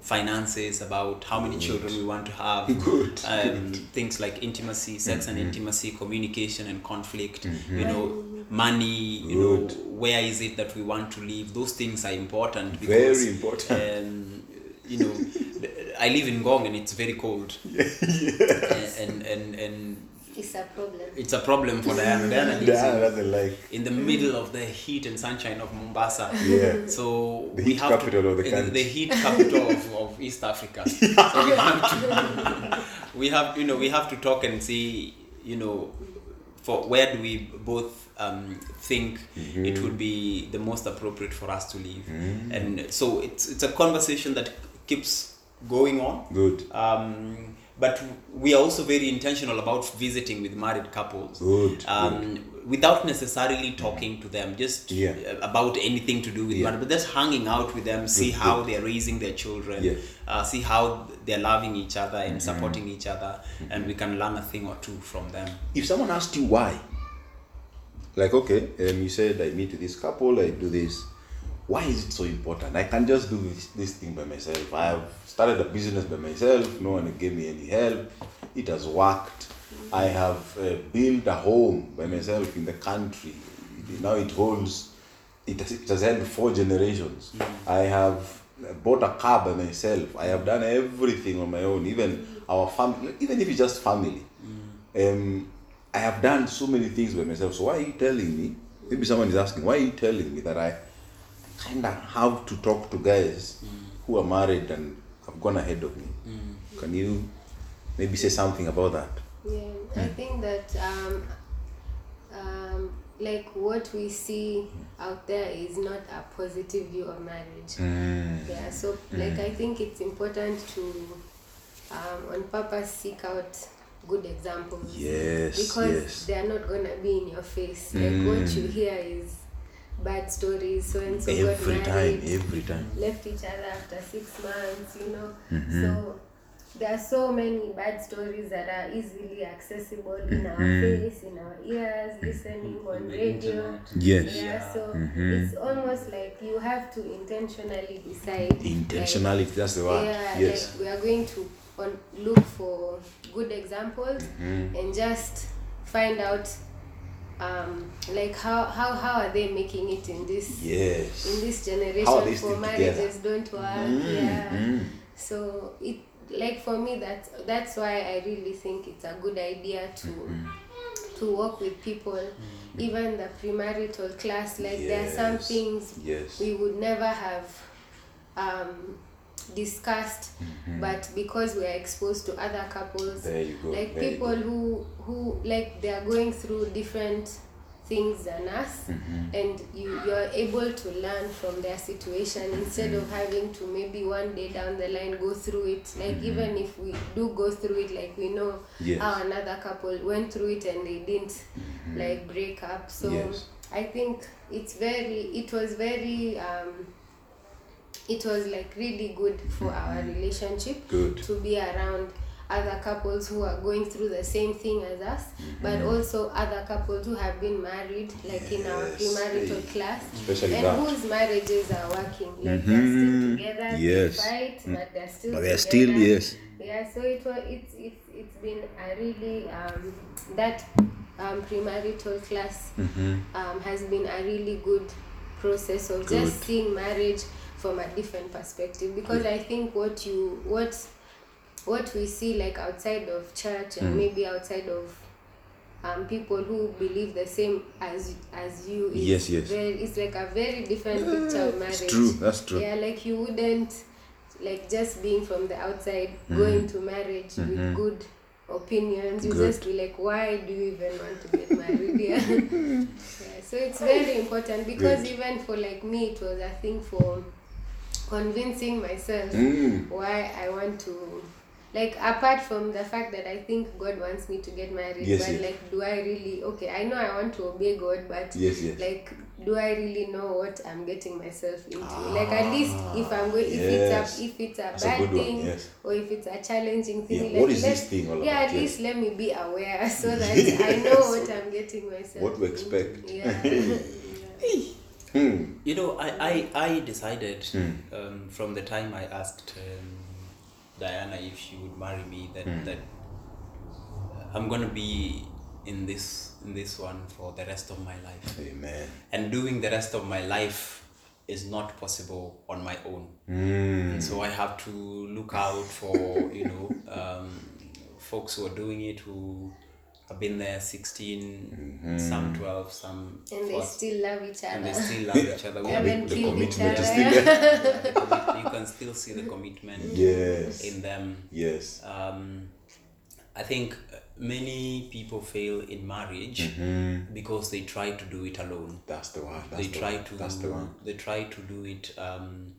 Speaker 3: finances about how many children we want to have
Speaker 2: Good, Mm-hmm.
Speaker 3: um, things like intimacy sex and intimacy communication and conflict you know money you know
Speaker 2: Good.
Speaker 3: where is it that we want to live those things are important because
Speaker 2: Very important.
Speaker 3: um, you know i live in gong and it's very cold and, and and
Speaker 4: It's a problem.
Speaker 3: it's a problem for diana diana lives in
Speaker 2: Diana doesn't like.
Speaker 3: in the middle of the heat and sunshine of Mombasa.
Speaker 2: Yeah.
Speaker 3: So
Speaker 2: The
Speaker 3: we
Speaker 2: heat
Speaker 3: have
Speaker 2: capital
Speaker 3: to,
Speaker 2: of the
Speaker 3: uh,
Speaker 2: country.
Speaker 3: The heat capital of, of East Africa. So we have to we have you know we have to talk and see you know for where do we both um, think
Speaker 2: Mm-hmm.
Speaker 3: it would be the most appropriate for us to live,
Speaker 2: Mm.
Speaker 3: and so it's it's a conversation that keeps going on
Speaker 2: Good.
Speaker 3: um, but we are also very intentional about visiting with married couples
Speaker 2: Good,
Speaker 3: um, without necessarily talking to them just
Speaker 2: Yeah.
Speaker 3: uh, about anything to do with
Speaker 2: Yeah.
Speaker 3: marriage but just hanging out with them see
Speaker 2: Good,
Speaker 3: how they're raising their children
Speaker 2: Yes.
Speaker 3: uh, see how they're loving each other and
Speaker 2: Mm-hmm.
Speaker 3: supporting each other and we can learn a thing or two from them
Speaker 2: If someone asked you why, like okay, um, you said I meet with this couple, I do this. Why is it so important? I can just do this, this thing by myself. I have started a business by myself. No one gave me any help. It has worked. I have uh, built a home by myself in the country. Now it holds it has, it has held four generations. I have bought a car by myself. I have done everything on my own, even our family, even if it's just family. Um, I have done so many things by myself. So why are you telling me? Maybe someone is asking, why are you telling me that I kind of have to talk to guys who are married and have gone ahead of me? Can you maybe say something about that?
Speaker 4: Yeah, I think that um, um, like what we see out there is not a positive view of marriage.
Speaker 2: Mm.
Speaker 4: Yeah, so like I think it's important to um, on purpose seek out good examples.
Speaker 2: Yes,
Speaker 4: because
Speaker 2: yes. Mm.
Speaker 4: they are not gonna be in your face. Like what you hear is bad stories. So and so got
Speaker 2: every time,
Speaker 4: married
Speaker 2: every time.
Speaker 4: left each other after six months, you know.
Speaker 2: Mm-hmm.
Speaker 4: So there are so many bad stories that are easily accessible in our
Speaker 2: Mm-hmm.
Speaker 4: face, in our ears, listening on radio.
Speaker 2: Yes. Mm-hmm.
Speaker 4: Yeah, so it's almost like you have to intentionally decide. like,
Speaker 2: Intentionality, that's the word.
Speaker 4: yeah,
Speaker 2: yes.
Speaker 4: like we are going to on, look for good examples
Speaker 2: Mm-hmm.
Speaker 4: and just find out um, like how, how how are they making it in this
Speaker 2: yes.
Speaker 4: in this generation
Speaker 2: How they Mm,
Speaker 4: for
Speaker 2: stick
Speaker 4: marriages don't work yeah so it like for me that's that's why i really think it's a good idea to
Speaker 2: Mm-hmm.
Speaker 4: to work with people even the premarital class like there are some
Speaker 2: Yes.
Speaker 4: things
Speaker 2: Yes.
Speaker 4: we would never have um discussed but because we are exposed to other couples
Speaker 2: Mm-hmm. There you go.
Speaker 4: like
Speaker 2: there you
Speaker 4: people
Speaker 2: go.
Speaker 4: who who like they are going through different things than us
Speaker 2: Mm-hmm.
Speaker 4: and you you're able to learn from their situation
Speaker 2: Mm-hmm.
Speaker 4: instead of having to maybe one day down the line go through it like even if we do go through it like we know
Speaker 2: Mm-hmm. Yes. Mm-hmm.
Speaker 4: how another couple went through it and they didn't like break up so
Speaker 2: Yes.
Speaker 4: i think it's very it was very um it was like really good for our relationship
Speaker 2: Mm-hmm. Good.
Speaker 4: to be around other couples who are going through the same thing as us but
Speaker 2: Mm-hmm.
Speaker 4: also other couples who have been married like in our
Speaker 2: Yes.
Speaker 4: premarital
Speaker 2: Hey.
Speaker 4: class
Speaker 2: Especially
Speaker 4: and
Speaker 2: that.
Speaker 4: whose marriages are working like
Speaker 2: Mhm.
Speaker 4: they're still together
Speaker 2: Yes.
Speaker 4: they fight but they're still
Speaker 2: But they're
Speaker 4: together.
Speaker 2: still- yes.
Speaker 4: yeah so it was it's it's it's been a really um that um premarital class um, has been a really good process of just
Speaker 2: Mm-hmm. Good.
Speaker 4: seeing marriage from a different perspective because I think what you what what we see like outside of church
Speaker 2: Mm.
Speaker 4: and maybe outside of um, people who believe the same as as you is
Speaker 2: Yes, yes.
Speaker 4: very, it's like a very different picture of marriage
Speaker 2: It's true. That's true.
Speaker 4: yeah like you wouldn't like just being from the outside
Speaker 2: Mm-hmm.
Speaker 4: going to marriage with good opinions you
Speaker 2: Good.
Speaker 4: just be like why do you even want to get married yeah. yeah so it's very important because
Speaker 2: Good.
Speaker 4: even for like me it was a thing for convincing myself
Speaker 2: Mm.
Speaker 4: why i want to like apart from the fact that i think god wants me to get married
Speaker 2: Yes,
Speaker 4: but
Speaker 2: yes.
Speaker 4: like do i really okay i know i want to obey god but
Speaker 2: Yes, yes.
Speaker 4: like do i really know what i'm getting myself into like at least if i'm going if it's
Speaker 2: Ah, yes.
Speaker 4: a if it's a
Speaker 2: That's a
Speaker 4: bad
Speaker 2: good one,
Speaker 4: thing
Speaker 2: yes.
Speaker 4: or if it's a challenging thing
Speaker 2: Yeah,
Speaker 4: like
Speaker 2: what is
Speaker 4: let-
Speaker 2: this thing all
Speaker 4: yeah
Speaker 2: about?
Speaker 4: at
Speaker 2: Yes.
Speaker 4: least let me be aware so that i know what i'm getting myself
Speaker 2: What to
Speaker 4: into.
Speaker 2: expect.
Speaker 4: yeah,
Speaker 2: Hmm.
Speaker 3: You know, I, I, I decided um, from the time I asked um, Diana if she would marry me that, that uh, I'm gonna be in this in this one for the rest of my life.
Speaker 2: Amen.
Speaker 3: And doing the rest of my life is not possible on my own.
Speaker 2: Mm.
Speaker 3: And so I have to look out for you know um, folks who are doing it who have been there 16 some 12 some
Speaker 4: and they
Speaker 3: 14
Speaker 4: still love each
Speaker 3: and they
Speaker 4: other
Speaker 3: still love each other.
Speaker 4: Yeah,
Speaker 3: Well,
Speaker 4: haven't
Speaker 2: The
Speaker 4: killed each
Speaker 2: commitment
Speaker 4: other
Speaker 2: is still there.
Speaker 3: you can still see the commitment
Speaker 2: Yes.
Speaker 3: in them.
Speaker 2: Yes.
Speaker 3: Um, I think uh, many people fail in marriage because they try to do it alone.
Speaker 2: That's the one. Mm-hmm. That's
Speaker 3: They
Speaker 2: the
Speaker 3: try
Speaker 2: one.
Speaker 3: to
Speaker 2: That's the one.
Speaker 3: they try to do it. Um,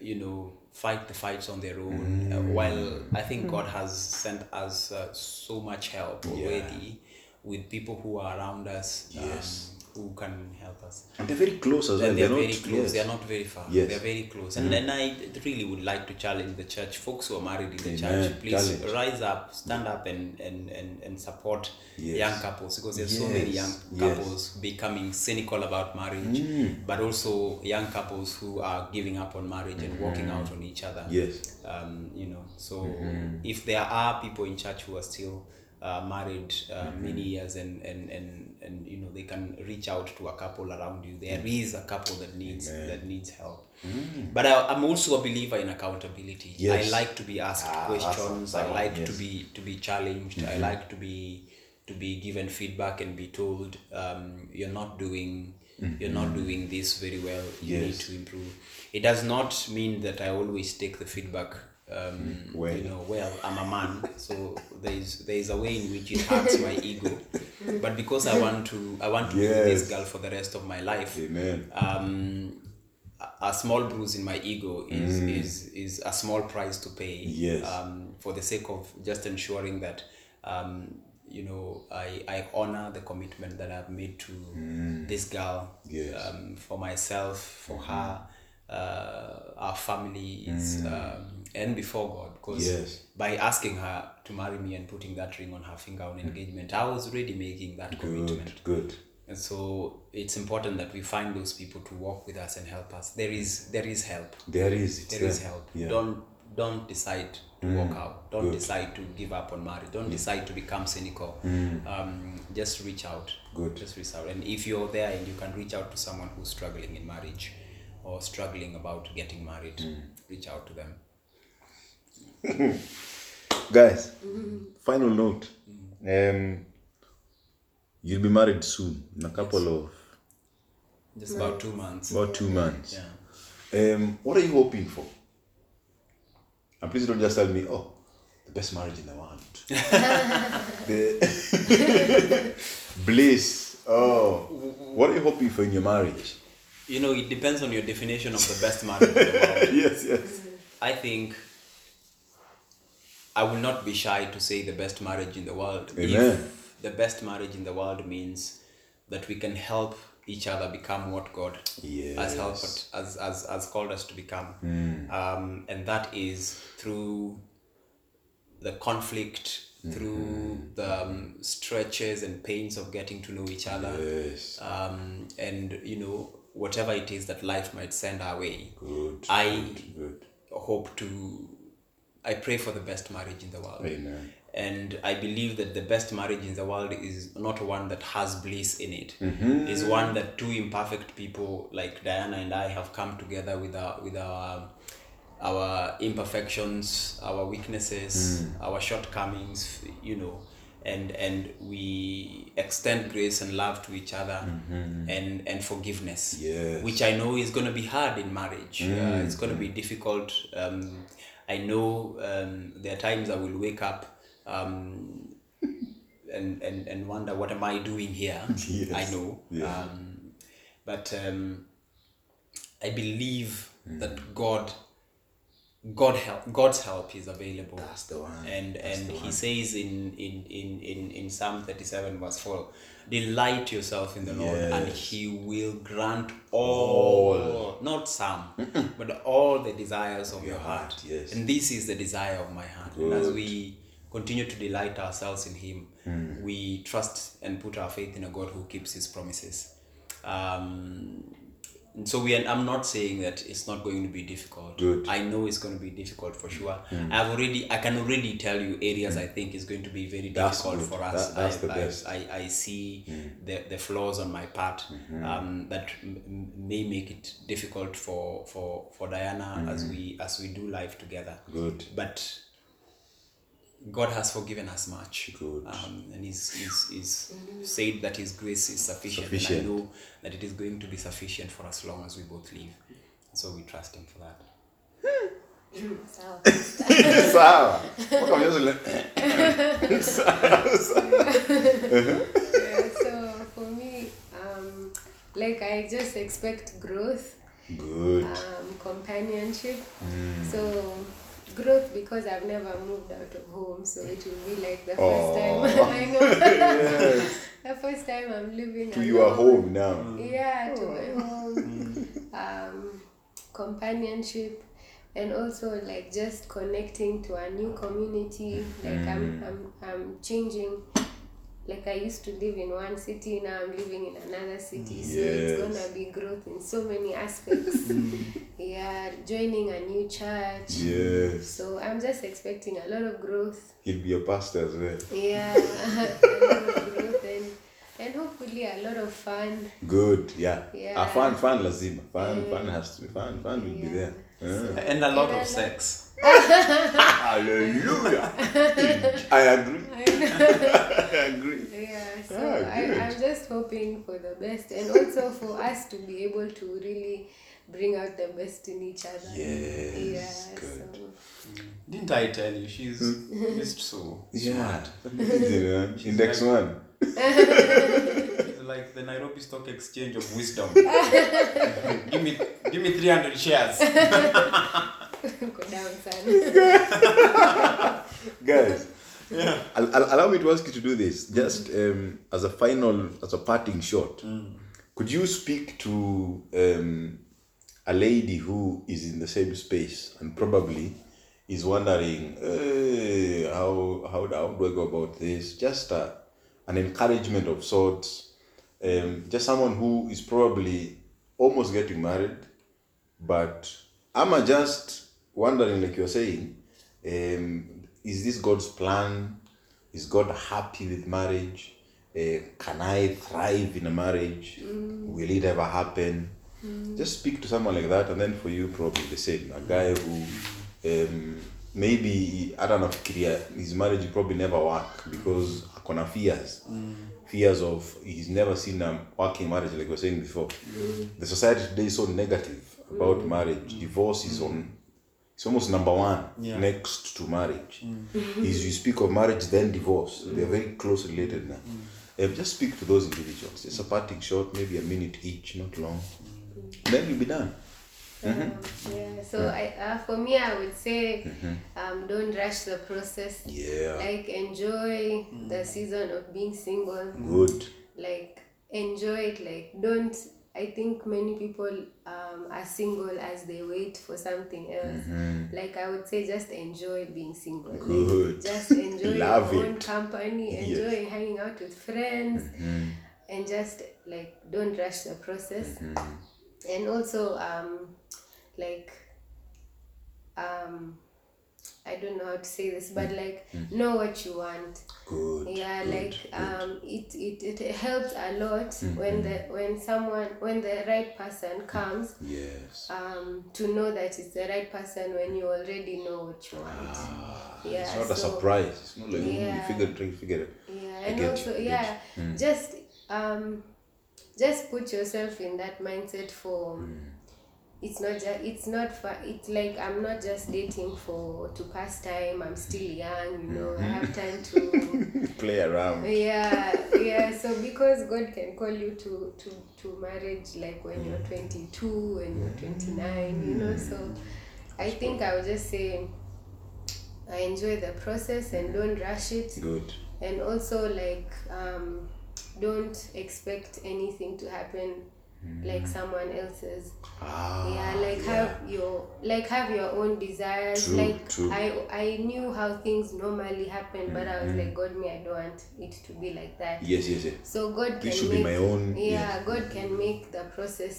Speaker 3: you know, fight the fights on their own.
Speaker 2: Mm.
Speaker 3: Uh, while I think God has sent us uh, so much help already with people who are around us. um,
Speaker 2: Yes.
Speaker 3: who can help us
Speaker 2: And they're very close as well.
Speaker 3: and they're,
Speaker 2: not,
Speaker 3: very close.
Speaker 2: yes.
Speaker 3: They're not very far.
Speaker 2: Yes. Mm-hmm.
Speaker 3: They're very close. And then I really would like to challenge the church, folks who are married in the
Speaker 2: Amen.
Speaker 3: church, please
Speaker 2: Challenge.
Speaker 3: rise up, stand up, and and and, and support
Speaker 2: Yes.
Speaker 3: young couples because there's so many young
Speaker 2: Yes. Mm. Yes.
Speaker 3: couples becoming cynical about marriage, but also young couples who are giving up on marriage and walking
Speaker 2: Mm-hmm.
Speaker 3: out on each other
Speaker 2: Yes. Mm-hmm.
Speaker 3: um, you know so if there are people in church who are still uh, uh, married uh,
Speaker 2: Mm-hmm.
Speaker 3: many years and, and and and you know they can reach out to a couple around you there
Speaker 2: Mm-hmm.
Speaker 3: is a couple that needs that needs help but I, i'm also a believer in accountability
Speaker 2: Mm. Yes.
Speaker 3: i like to be asked
Speaker 2: Ah, that's
Speaker 3: questions i
Speaker 2: awesome.
Speaker 3: like to
Speaker 2: Yes.
Speaker 3: be to be challenged
Speaker 2: Mm-hmm.
Speaker 3: i like to be to be given feedback and be told um, you're not doing you're not doing this very well you need
Speaker 2: Mm-hmm. Yes.
Speaker 3: to improve it does not mean that i always take the feedback um,
Speaker 2: Mm-hmm. Well.
Speaker 3: you know well i'm a man so there's there's a way in which it hurts my ego but because i want to i want to be with
Speaker 2: Yes.
Speaker 3: this girl for the rest of my life
Speaker 2: Amen.
Speaker 3: um, a- a small bruise in my ego is is, is a small price to pay
Speaker 2: Mm. Yes.
Speaker 3: um, for the sake of just ensuring that um, you know I, I honor the commitment that I've made to this girl
Speaker 2: Mm. Yes. Mm.
Speaker 3: um, for myself for her uh, our families um, and before God because
Speaker 2: Mm. Yes.
Speaker 3: by asking her to marry me and putting that ring on her finger on engagement I was already making that commitment
Speaker 2: Mm. Good. Good.
Speaker 3: and so it's important that we find those people to walk with us and help us. There is there is help.
Speaker 2: There is. It's
Speaker 3: There is help.
Speaker 2: Yeah. Mm.
Speaker 3: Don't don't decide to walk out. Don't decide to give up on marriage. Don't decide to become cynical. Um, just reach out.
Speaker 2: Mm. Good.
Speaker 3: Just reach out. And if you're there and you can reach out to someone who's struggling in marriage or struggling about getting married,
Speaker 2: Mm.
Speaker 3: reach out to them.
Speaker 2: Guys, final note. Um, you'll be married soon in a couple of
Speaker 3: Just about two months.
Speaker 2: about two months.
Speaker 3: Yeah.
Speaker 2: Um, what are you hoping for? And please don't just tell me, oh, the best marriage in the world. the bliss. Oh, what are you hoping for in your marriage?
Speaker 3: You know, it depends on your definition of the best marriage in the world.
Speaker 2: yes, yes.
Speaker 3: I think I will not be shy to say the best marriage in the world.
Speaker 2: Amen.
Speaker 3: If the best marriage in the world means that we can help each other become what God has helped
Speaker 2: Yes. Hmm.
Speaker 3: as, as, as called us to become. Um, and that is through the conflict, through
Speaker 2: Mm-hmm.
Speaker 3: the um, stretches and pains of getting to know each other
Speaker 2: Yes.
Speaker 3: um, and you know whatever it is that life might send our way
Speaker 2: Good.
Speaker 3: i
Speaker 2: Good.
Speaker 3: hope to i pray for the best marriage in the world
Speaker 2: Amen.
Speaker 3: and i believe that the best marriage in the world is not one that has bliss in it. Is one that two imperfect people like diana and i have come together with our with our our imperfections our weaknesses our shortcomings you know and and we extend grace and love to each other and and forgiveness
Speaker 2: Yes. Mm.
Speaker 3: which I know is going to be hard in marriage. Uh, it's going to be difficult. Um, I know um, there are times I will wake up um, and, and, and wonder, what am I doing here?
Speaker 2: Yes.
Speaker 3: I know.
Speaker 2: Yeah.
Speaker 3: Um, but um, I believe
Speaker 2: Mm.
Speaker 3: that God. God help God's help is available. That's
Speaker 2: the one.
Speaker 3: And and he says in in, in, in in Psalm thirty seven verse four, delight yourself in the Lord and
Speaker 2: Yes.
Speaker 3: he will grant all, not some, but all the desires of your heart.
Speaker 2: heart, yes.
Speaker 3: And this is the desire of my heart. And as we continue to delight ourselves in him,
Speaker 2: Mm.
Speaker 3: we trust and put our faith in a God who keeps his promises. Um, and so we are, I'm not saying that it's not going to be difficult.
Speaker 2: Good. Mm.
Speaker 3: I know it's going to be difficult for sure. I've already I can already tell you areas I think is going to be very
Speaker 2: That's
Speaker 3: difficult
Speaker 2: good.
Speaker 3: for us.
Speaker 2: That- that's
Speaker 3: I,
Speaker 2: the
Speaker 3: I,
Speaker 2: best.
Speaker 3: I, I see
Speaker 2: Mm.
Speaker 3: the, the flaws on my part
Speaker 2: Mm-hmm.
Speaker 3: um, that m- m- may make it difficult for for for Diana as we as we do life together.
Speaker 2: Mm-hmm. Good.
Speaker 3: But God has forgiven us much.
Speaker 2: Good.
Speaker 3: Um, and he's, he's, he's said that His grace is sufficient.
Speaker 2: Sufficient.
Speaker 3: And I know that it is going to be sufficient for as long as we both live. So we trust Him for that.
Speaker 4: Sawa.
Speaker 2: Sawa. Mbona unaweza le-
Speaker 4: Yeah, so for me, um, like I just expect growth,
Speaker 2: Good.
Speaker 4: um, companionship.
Speaker 2: Mm.
Speaker 4: So growth because I've never moved out of home, so it will be like the first
Speaker 2: Oh.
Speaker 4: time I know
Speaker 2: Yes.
Speaker 4: the first time I'm living
Speaker 2: To your
Speaker 4: alone.
Speaker 2: home now.
Speaker 4: Yeah, to my home.
Speaker 2: Mm.
Speaker 4: um, companionship and also like just connecting to a new community. Like I'm,
Speaker 2: Mm.
Speaker 4: I'm I'm changing. Like I used to live in one city, now I'm living in another city. So it's
Speaker 2: Yes. Mm.
Speaker 4: gonna be growth in so many aspects. yeah, joining a new church.
Speaker 2: Yes.
Speaker 4: So I'm just expecting a lot of growth.
Speaker 2: He'll be a pastor as well.
Speaker 4: Yeah, a lot of growth and, and hopefully a lot of fun.
Speaker 2: Good. Yeah.
Speaker 4: Yeah.
Speaker 2: A fun, fun lazima. Fun, fun has to be fun. Fun will be there. Yeah.
Speaker 6: And a lot
Speaker 4: Yeah, I
Speaker 6: of
Speaker 4: like-
Speaker 6: sex.
Speaker 2: Hallelujah. I agree. I agree.
Speaker 4: Yeah, so
Speaker 2: Ah, good.
Speaker 4: I, I'm just hoping for the best and also for us to be able to really bring out the best in each other.
Speaker 2: Yes,
Speaker 4: Yeah,
Speaker 2: good.
Speaker 4: so
Speaker 6: Didn't I tell you? She's
Speaker 2: Hmm?
Speaker 6: just so
Speaker 2: Yeah. Easy, man. Index
Speaker 6: like-
Speaker 2: one.
Speaker 6: It's like the Nairobi Stock Exchange of wisdom. give me, give me three hundred shares.
Speaker 4: go down, son. Um,
Speaker 2: guys al- al- allow me to ask you to do this just um, as a final as a parting shot could you speak to um, a lady who is in the same space and probably is wondering eh, how, how do- how do i go about this just a, an encouragement of sorts um, just someone who is probably almost getting married but am I just wondering, like you're saying, um, is this God's plan? Is God happy with marriage? Uh, can I thrive in a marriage? Will it ever happen? Just speak to someone like that, and then for you, probably the same. A guy who um, maybe I don't know, his marriage will probably never work because akona fears fears of he's never seen a working marriage like we were saying before the society today is so negative about marriage divorce is on it's almost number one
Speaker 6: Yeah.
Speaker 2: next to marriage
Speaker 4: Mm-hmm.
Speaker 2: is you speak of marriage then divorce they're very close related now Eh, just speak to those individuals it's a parting shot maybe a minute each not long then you'll be done Mm-hmm.
Speaker 4: Um, yeah, so I, uh, for me, I would say um, don't rush the process.
Speaker 2: yeah Mm.
Speaker 4: Like, enjoy the season of being single.
Speaker 2: good
Speaker 4: like enjoy it like don't i think many people um, are single as they wait for something else like i would say just enjoy being single Like,
Speaker 2: Mm-hmm. Good.
Speaker 4: just enjoy
Speaker 2: Love
Speaker 4: your own
Speaker 2: it.
Speaker 4: company
Speaker 2: Yes. Mm-hmm.
Speaker 4: enjoy hanging out with friends and just like don't rush the process
Speaker 2: Mm-hmm.
Speaker 4: and also um like um i don't know how to say this but
Speaker 2: Mm.
Speaker 4: like know what you want
Speaker 2: good
Speaker 4: yeah
Speaker 2: good,
Speaker 4: like
Speaker 2: good. Mm-hmm.
Speaker 4: um it, it it helps a lot when the when someone when the right person comes
Speaker 2: yes
Speaker 4: um to know that it's the right person when you already know what you want
Speaker 2: Ah,
Speaker 4: yeah
Speaker 2: it's not a
Speaker 4: so-
Speaker 2: surprise it's not like "Ooh, you
Speaker 4: Yeah.
Speaker 2: figure it trying to figure it
Speaker 4: yeah
Speaker 2: I
Speaker 4: and
Speaker 2: get
Speaker 4: also
Speaker 2: you, Mm. I get
Speaker 4: yeah just um just put yourself in that mindset for
Speaker 2: Mm.
Speaker 4: it's not just it's not for it's like i'm not just dating for to pass time i'm still young you know
Speaker 2: Mm-hmm.
Speaker 4: i have time to
Speaker 2: play around
Speaker 4: yeah yeah so because god can call you to to to marriage like when you're 22 when you're 29 you know so i think i would just say i enjoy the process and don't rush it
Speaker 2: good
Speaker 4: and also like um don't expect anything to happen like someone else's
Speaker 2: ah
Speaker 4: yeah like have your like have your own desires
Speaker 2: True,
Speaker 4: like
Speaker 2: true.
Speaker 4: i i knew how things normally happen but i was
Speaker 2: Mm-hmm.
Speaker 4: like god me i don't want it to be like that
Speaker 2: yes yes yes
Speaker 4: so god
Speaker 2: This
Speaker 4: can
Speaker 2: should be
Speaker 4: make,
Speaker 2: my own-
Speaker 4: yeah,
Speaker 2: yeah.
Speaker 4: god can make the process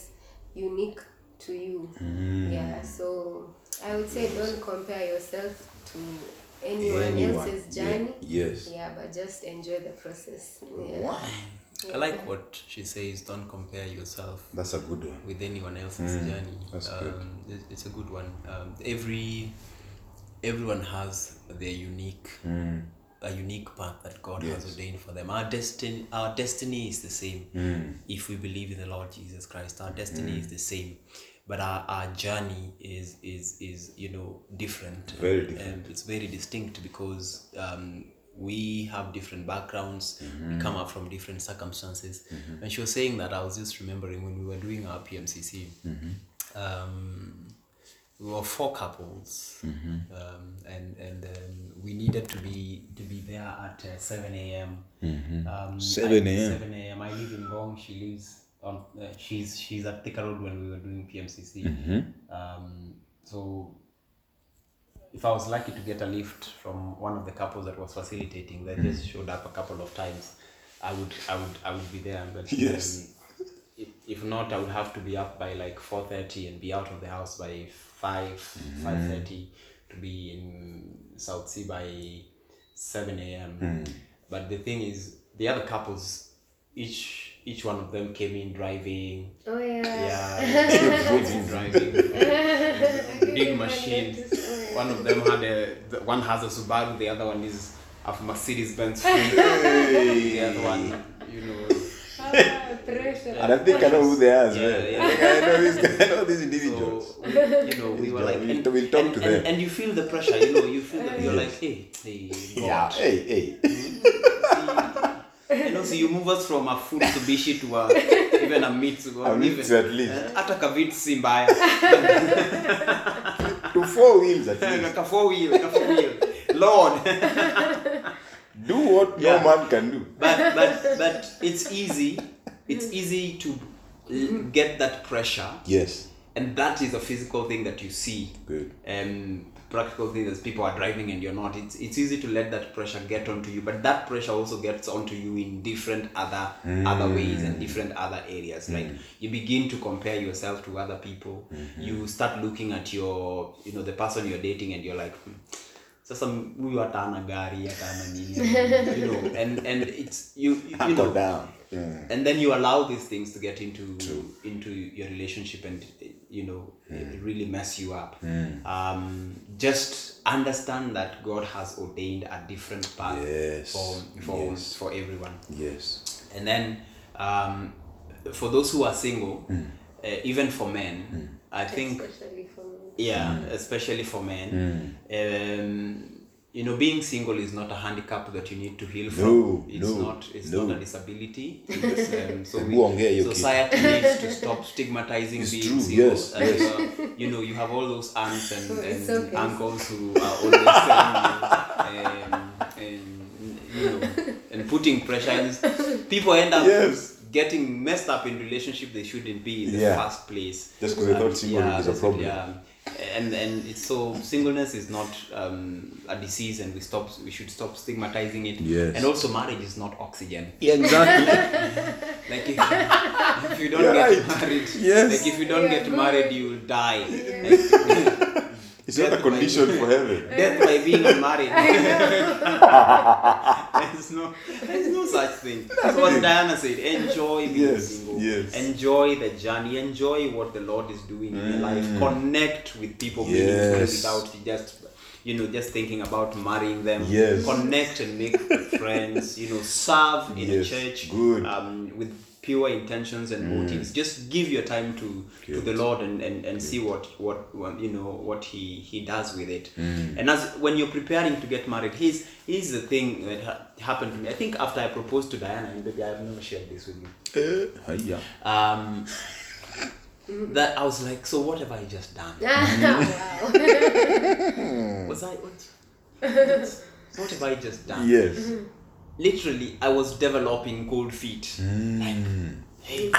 Speaker 4: unique to you
Speaker 2: Mm.
Speaker 4: yeah so i would say don't compare yourself to anyone, else's
Speaker 2: Yeah,
Speaker 4: journey
Speaker 2: yes
Speaker 4: yeah. but just enjoy the process yeah
Speaker 2: Wow.
Speaker 6: I like what she says. Don't compare yourself
Speaker 2: that's a good one
Speaker 6: with anyone else's journey.
Speaker 2: Mm, that's
Speaker 6: um,
Speaker 2: good.
Speaker 6: it- It's a good one. Um, every everyone has their unique
Speaker 2: Mm.
Speaker 6: a unique path that God has ordained for them. Our destiny our destiny is the same.
Speaker 2: Hmm.
Speaker 6: If we believe in the Lord Jesus Christ, our destiny is the same. But our, our journey is is is you know different.
Speaker 2: Very different.
Speaker 6: And it's very distinct because um, we have different backgrounds,
Speaker 2: Hmm.
Speaker 6: we come up from different circumstances. And she was saying that I was just remembering when we were doing our PMCC,
Speaker 2: Hmm.
Speaker 6: um, we were four couples, um, and and um, we needed to be to be there at uh, seven a.m. Um,
Speaker 2: 7
Speaker 6: I-
Speaker 2: a.m..
Speaker 6: 7 a.m. I live in Gong. She lives on. Uh, she's she's at Thika Road when we were doing PMCC. Um, so if I was lucky to get a lift from one of the couples that was facilitating, that just showed up a couple of times, I would I would I would be there. But
Speaker 2: Yes.
Speaker 6: um, it, If not, I would have to be up by like four thirty and be out of the house by five five thirty to be in South Sea by seven a.m. But the thing is, the other couples, each each one of them came in driving.
Speaker 4: Oh yeah.
Speaker 6: Yeah, driving, driving. Big
Speaker 4: Everyone
Speaker 6: machine.
Speaker 4: had to say-
Speaker 6: One of them had a the- one has a Subaru, the other one is a Mercedes Benz. Free. The other one, you know.
Speaker 4: Ah, pressure.
Speaker 2: And I think I know who they are as
Speaker 6: Yeah,
Speaker 2: well.
Speaker 6: yeah.
Speaker 2: I think I know these, guys- I know these
Speaker 6: So,
Speaker 2: individuals.
Speaker 6: we, you know, we were like,
Speaker 2: We'll-
Speaker 6: and,
Speaker 2: we'll talk
Speaker 6: and,
Speaker 2: to
Speaker 6: and,
Speaker 2: them.
Speaker 6: and you feel the pressure, you know, you feel that you're like, hey, hey,
Speaker 2: yeah.
Speaker 6: God.
Speaker 2: Hey, hey.
Speaker 6: You know, so you move us from a full Mitsubishi to a, even a Mitsu. or
Speaker 2: I mean,
Speaker 6: even, eh,
Speaker 2: at least.
Speaker 6: hata kavitsi mbaya
Speaker 2: To four wheels at least.
Speaker 6: kafowiyo kafowiyo lord
Speaker 2: Do what
Speaker 6: Yeah.
Speaker 2: no man can do.
Speaker 6: but but but it's easy it's easy to l- get that pressure
Speaker 2: Yes.
Speaker 6: and that is a physical thing that you see
Speaker 2: Good.
Speaker 6: um practical thing is people are driving and you're not it's it's easy to let that pressure get onto you but that pressure also gets onto you in different other other ways and different other areas like you begin to compare yourself to other people you start looking at your you know the person you're dating and you're like "Hmm, sasa huyu hata ana gari hata ana nini you know and and it's you you, you
Speaker 2: Go
Speaker 6: know
Speaker 2: down. Mm.
Speaker 6: and then you allow these things to get into into your relationship and you know really mess you up um, just understand that god has ordained a different path
Speaker 2: Yes.
Speaker 6: for for, for everyone
Speaker 2: Yes.
Speaker 6: and then um, for those who are single
Speaker 2: Hmm.
Speaker 6: uh, even for men i think
Speaker 4: Especially for me.
Speaker 6: yeah
Speaker 2: Mm.
Speaker 6: especially for men um, you know being single is not a handicap that you need to heal from
Speaker 2: No,
Speaker 6: it's
Speaker 2: no,
Speaker 6: not it's
Speaker 2: no.
Speaker 6: not a disability It's, um, so
Speaker 2: Hebu ongea
Speaker 6: we,
Speaker 2: hiyo kitu.
Speaker 6: society needs to stop stigmatizing
Speaker 2: It's
Speaker 6: being
Speaker 2: true,
Speaker 6: single
Speaker 2: yes,
Speaker 6: and,
Speaker 2: yes.
Speaker 6: Uh, you know you have all those aunts and,
Speaker 4: It's
Speaker 6: and
Speaker 4: okay.
Speaker 6: uncles who are always saying um, and, you know and putting pressure and people end up
Speaker 2: Yes.
Speaker 6: getting messed up in relationship they shouldn't be in the
Speaker 2: Yeah.
Speaker 6: first place
Speaker 2: Just 'cause they thought single is a
Speaker 6: that's-
Speaker 2: problem.
Speaker 6: Um, yeah. and and it's so singleness is not um, a disease and we stop we should stop stigmatizing it
Speaker 2: Yes.
Speaker 6: and also marriage is not oxygen
Speaker 2: Yeah, exactly.
Speaker 6: like if, if you don't
Speaker 2: You're
Speaker 6: get
Speaker 2: right.
Speaker 6: married
Speaker 2: Yes.
Speaker 6: like if you don't
Speaker 4: Yeah,
Speaker 6: get
Speaker 4: good.
Speaker 6: married you will die
Speaker 2: it's not a
Speaker 6: Death
Speaker 2: condition
Speaker 6: by-
Speaker 2: for heaven.
Speaker 6: death by being unmarried there's no there's no such thing that's what diana said enjoy being
Speaker 2: Yes,
Speaker 6: single
Speaker 2: yes.
Speaker 6: enjoy the journey enjoy what the lord is doing in your life connect with people
Speaker 2: Mm. Yes.
Speaker 6: meaningfully without just you know just thinking about marrying them
Speaker 2: Yes.
Speaker 6: connect and make friends you know serve in
Speaker 2: Yes,
Speaker 6: a church
Speaker 2: good.
Speaker 6: um, with pure intentions and motives just give your time to to the lord and and, and see what, what what you know what he he does with it and as when you're preparing to get married here's here's the thing that ha- happened to me i think after i proposed to diana and maybe i've never shared this with you
Speaker 2: Ah, yeah.
Speaker 6: um that i was like so what have i just done
Speaker 4: wow.
Speaker 6: was i what what have i just done
Speaker 2: Ah. Yes.
Speaker 6: Mm-hmm. literally i was developing cold feet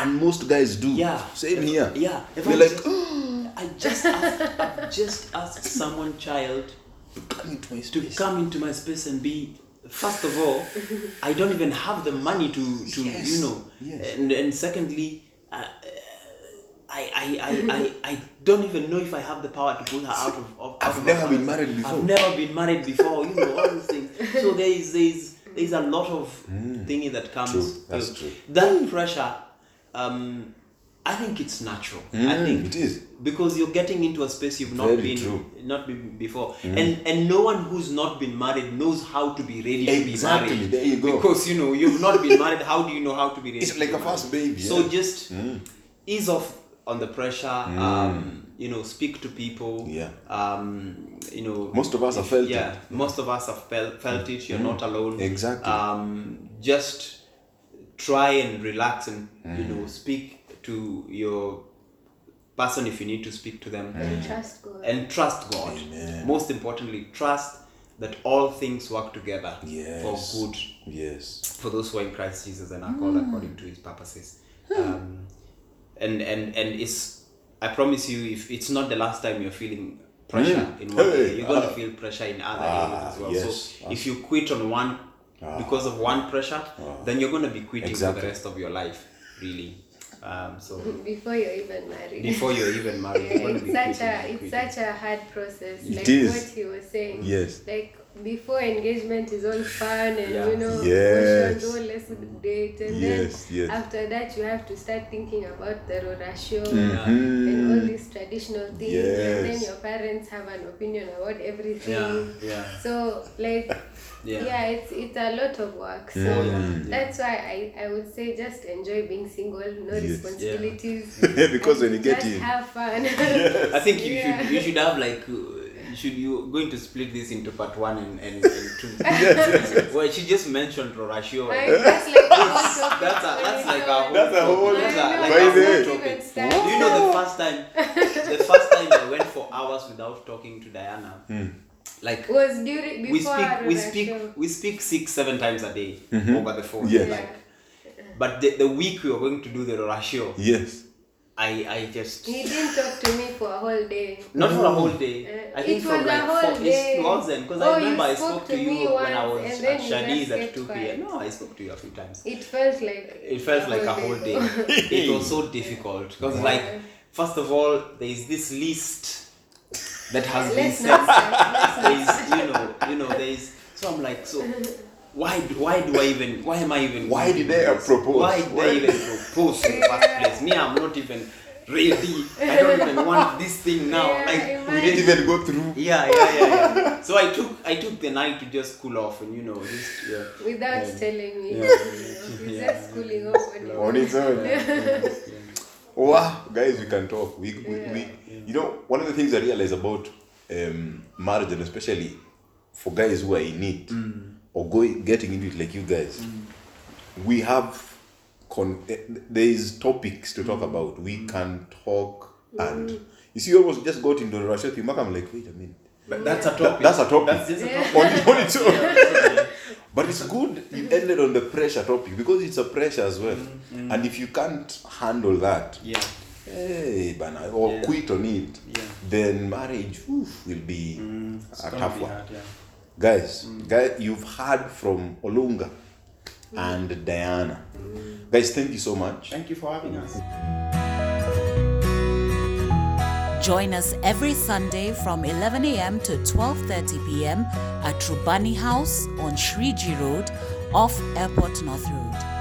Speaker 2: And most guys do.
Speaker 6: yeah
Speaker 2: Same
Speaker 6: If-
Speaker 2: here.
Speaker 6: yeah if
Speaker 2: We're
Speaker 6: I
Speaker 2: like, "Oh,
Speaker 6: just, i just asked, I've just asked someone child to come into my space and be first of all i don't even have the money to to you know and, and secondly uh, I, I, I, I, I don't even know if I have the power to pull her out of. of
Speaker 2: I've
Speaker 6: out of
Speaker 2: never
Speaker 6: her
Speaker 2: been
Speaker 6: house.
Speaker 2: married before.
Speaker 6: I've never been married before. You know all these things. So there is there is there is a lot of thingy that comes.
Speaker 2: Hmm. True, that's
Speaker 6: with-
Speaker 2: true.
Speaker 6: That pressure, um, I think it's natural. I think
Speaker 2: Mm, it is.
Speaker 6: because you're getting into a space you've not
Speaker 2: Very
Speaker 6: been
Speaker 2: true. Mm.
Speaker 6: not been before and and no one who's not been married knows how to be ready
Speaker 2: Exactly,
Speaker 6: to be married
Speaker 2: there you go.
Speaker 6: because you know you've not been married how do you know how to be ready
Speaker 2: It's
Speaker 6: to
Speaker 2: like
Speaker 6: be
Speaker 2: a first baby.
Speaker 6: so
Speaker 2: yeah. Mm.
Speaker 6: just ease off on the pressure um, you know speak to people
Speaker 2: Yeah.
Speaker 6: um, you know
Speaker 2: Most of us have felt
Speaker 6: yeah,
Speaker 2: it. Mm.
Speaker 6: most of us have felt, felt it you're not alone
Speaker 2: Exactly.
Speaker 6: um, just try and relax and you know speak to your person if you need to speak to them
Speaker 4: Trust God.
Speaker 6: and trust God. Most importantly, trust that all things work together
Speaker 2: Yes.
Speaker 6: for good
Speaker 2: yes.
Speaker 6: for those who are in Christ Jesus and are called
Speaker 4: Hmm.
Speaker 6: according to His purposes. Um, and and and it's I promise you, if it's not the last time you're feeling pressure in one
Speaker 2: Hey,
Speaker 6: area, you're gonna
Speaker 2: ah.
Speaker 6: feel pressure in other areas as well.
Speaker 2: yes, Ah.
Speaker 6: So if you quit on one because of one pressure, then you're gonna be quitting for
Speaker 2: Exactly.
Speaker 6: the rest of your life, really. Um, so
Speaker 4: before you're even married.
Speaker 6: before you're even married,
Speaker 4: Yeah,
Speaker 6: you're gonna be
Speaker 4: it's such
Speaker 6: quitting,
Speaker 4: a it's
Speaker 6: quitting.
Speaker 4: such a hard process.
Speaker 2: It
Speaker 4: like
Speaker 2: is.
Speaker 4: what you were saying.
Speaker 2: Yes.
Speaker 4: Like before engagement is all fun and
Speaker 6: Yeah.
Speaker 4: you know
Speaker 2: Yes.
Speaker 4: we should go, let's date and
Speaker 2: Yes,
Speaker 4: then
Speaker 2: yes.
Speaker 4: after that you have to start thinking about the rorasho and all
Speaker 2: Mhm.
Speaker 4: these traditional things and then
Speaker 2: Yes.
Speaker 4: your parents have an opinion about everything.
Speaker 6: Yeah, yeah.
Speaker 4: So like
Speaker 6: Yeah.
Speaker 4: yeah. it's it's a lot of work. So
Speaker 2: Mm-hmm.
Speaker 4: that's why I, I would say just enjoy being single, no
Speaker 2: Yes. Yeah.
Speaker 4: responsibilities.
Speaker 2: because when you
Speaker 4: And
Speaker 2: get
Speaker 4: just
Speaker 2: in
Speaker 4: have fun.
Speaker 6: I think you
Speaker 4: Yeah.
Speaker 6: should you should have like uh, you should you going to split this into part one and, and, and two. yes. Well, she just mentioned Rorashio.
Speaker 4: Like, that's like that's
Speaker 6: That's a that's like a whole
Speaker 2: That's a whole-
Speaker 6: topic.
Speaker 4: I know,
Speaker 6: like
Speaker 2: by the
Speaker 6: a
Speaker 2: way.
Speaker 6: whole topic.
Speaker 4: That's not even
Speaker 6: Do you know the first time the first time I went for hours without talking to Diana. Like
Speaker 4: was during before
Speaker 6: we
Speaker 4: our
Speaker 6: speak we speak
Speaker 4: show.
Speaker 6: we speak six seven times a day over the phone.
Speaker 2: Yes.
Speaker 4: Yeah.
Speaker 6: Like, but the, the week we were going to do the Rorashio,
Speaker 2: yes
Speaker 6: I I just
Speaker 4: He didn't talk to me for a whole day.
Speaker 6: Not
Speaker 2: Mm.
Speaker 6: for a whole day.
Speaker 4: Uh,
Speaker 6: I think
Speaker 4: it
Speaker 6: for
Speaker 4: was
Speaker 6: like
Speaker 4: a whole
Speaker 6: four,
Speaker 4: day.
Speaker 6: It wasn't because
Speaker 4: Oh,
Speaker 6: I
Speaker 4: you
Speaker 6: remember I
Speaker 4: spoke
Speaker 6: spoke
Speaker 4: to
Speaker 6: to
Speaker 4: me
Speaker 6: you when I
Speaker 4: once,
Speaker 6: was
Speaker 4: and then
Speaker 6: at
Speaker 4: you
Speaker 6: Shani's
Speaker 4: just
Speaker 6: at
Speaker 4: kept
Speaker 6: 2
Speaker 4: quiet.
Speaker 6: p.m. No, I spoke to you a few times.
Speaker 4: It felt like
Speaker 6: It felt like a whole day. it was so difficult because, like, first of all, there is this list that has been
Speaker 4: Let's
Speaker 6: set.
Speaker 4: not start.
Speaker 6: There is, you know, you know, there is. So I'm like, so why, do- why do I even? Why am I even?
Speaker 2: Why
Speaker 6: doing
Speaker 2: did they
Speaker 6: this?
Speaker 2: propose?
Speaker 6: Why did
Speaker 2: Why-
Speaker 6: they even propose in the first place? Me, I'm not even ready. I don't even want this thing now.
Speaker 4: Yeah,
Speaker 6: like,
Speaker 4: imagine.
Speaker 2: we didn't even go through
Speaker 6: yeah, yeah, yeah, yeah. so I took I took the night to just cool off and you know just yeah.
Speaker 4: Without
Speaker 6: Yeah.
Speaker 4: telling me.
Speaker 6: Yeah.
Speaker 4: He's just cooling off on
Speaker 2: on
Speaker 4: you.
Speaker 2: its own Wow, guys, we can talk. We, we, we you know, one of the things I realize about um, marriage, and especially for guys who are in it or go, getting into it like you guys, we have con- eh, there is topics to talk about. We can talk, and you see, you almost just got into the Russia thing. Mark, I'm like, wait a minute,
Speaker 6: But that's a
Speaker 2: That-
Speaker 6: topic.
Speaker 2: that's a topic.
Speaker 6: That's just a topic.
Speaker 2: on, on its own. but it's good you ended on the pressure topic because it's a pressure as well. And if you can't handle that,
Speaker 6: Mm, Yeah.
Speaker 2: hey, bana, or
Speaker 6: Yeah.
Speaker 2: quit on it,
Speaker 6: Yeah. Mm,
Speaker 2: then marriage oof, will be
Speaker 6: It's
Speaker 2: a
Speaker 6: gonna
Speaker 2: tough
Speaker 6: be
Speaker 2: one.
Speaker 6: hard, yeah. Mm.
Speaker 2: Guys, guys, you've heard from Olunga and Diana.
Speaker 6: Mm.
Speaker 2: Guys, thank you so much.
Speaker 6: Thank you for having us.
Speaker 1: Join us every Sunday from 11 a.m. to 12:30 p.m. at Trubani House on Shriji Road, off Airport North Road.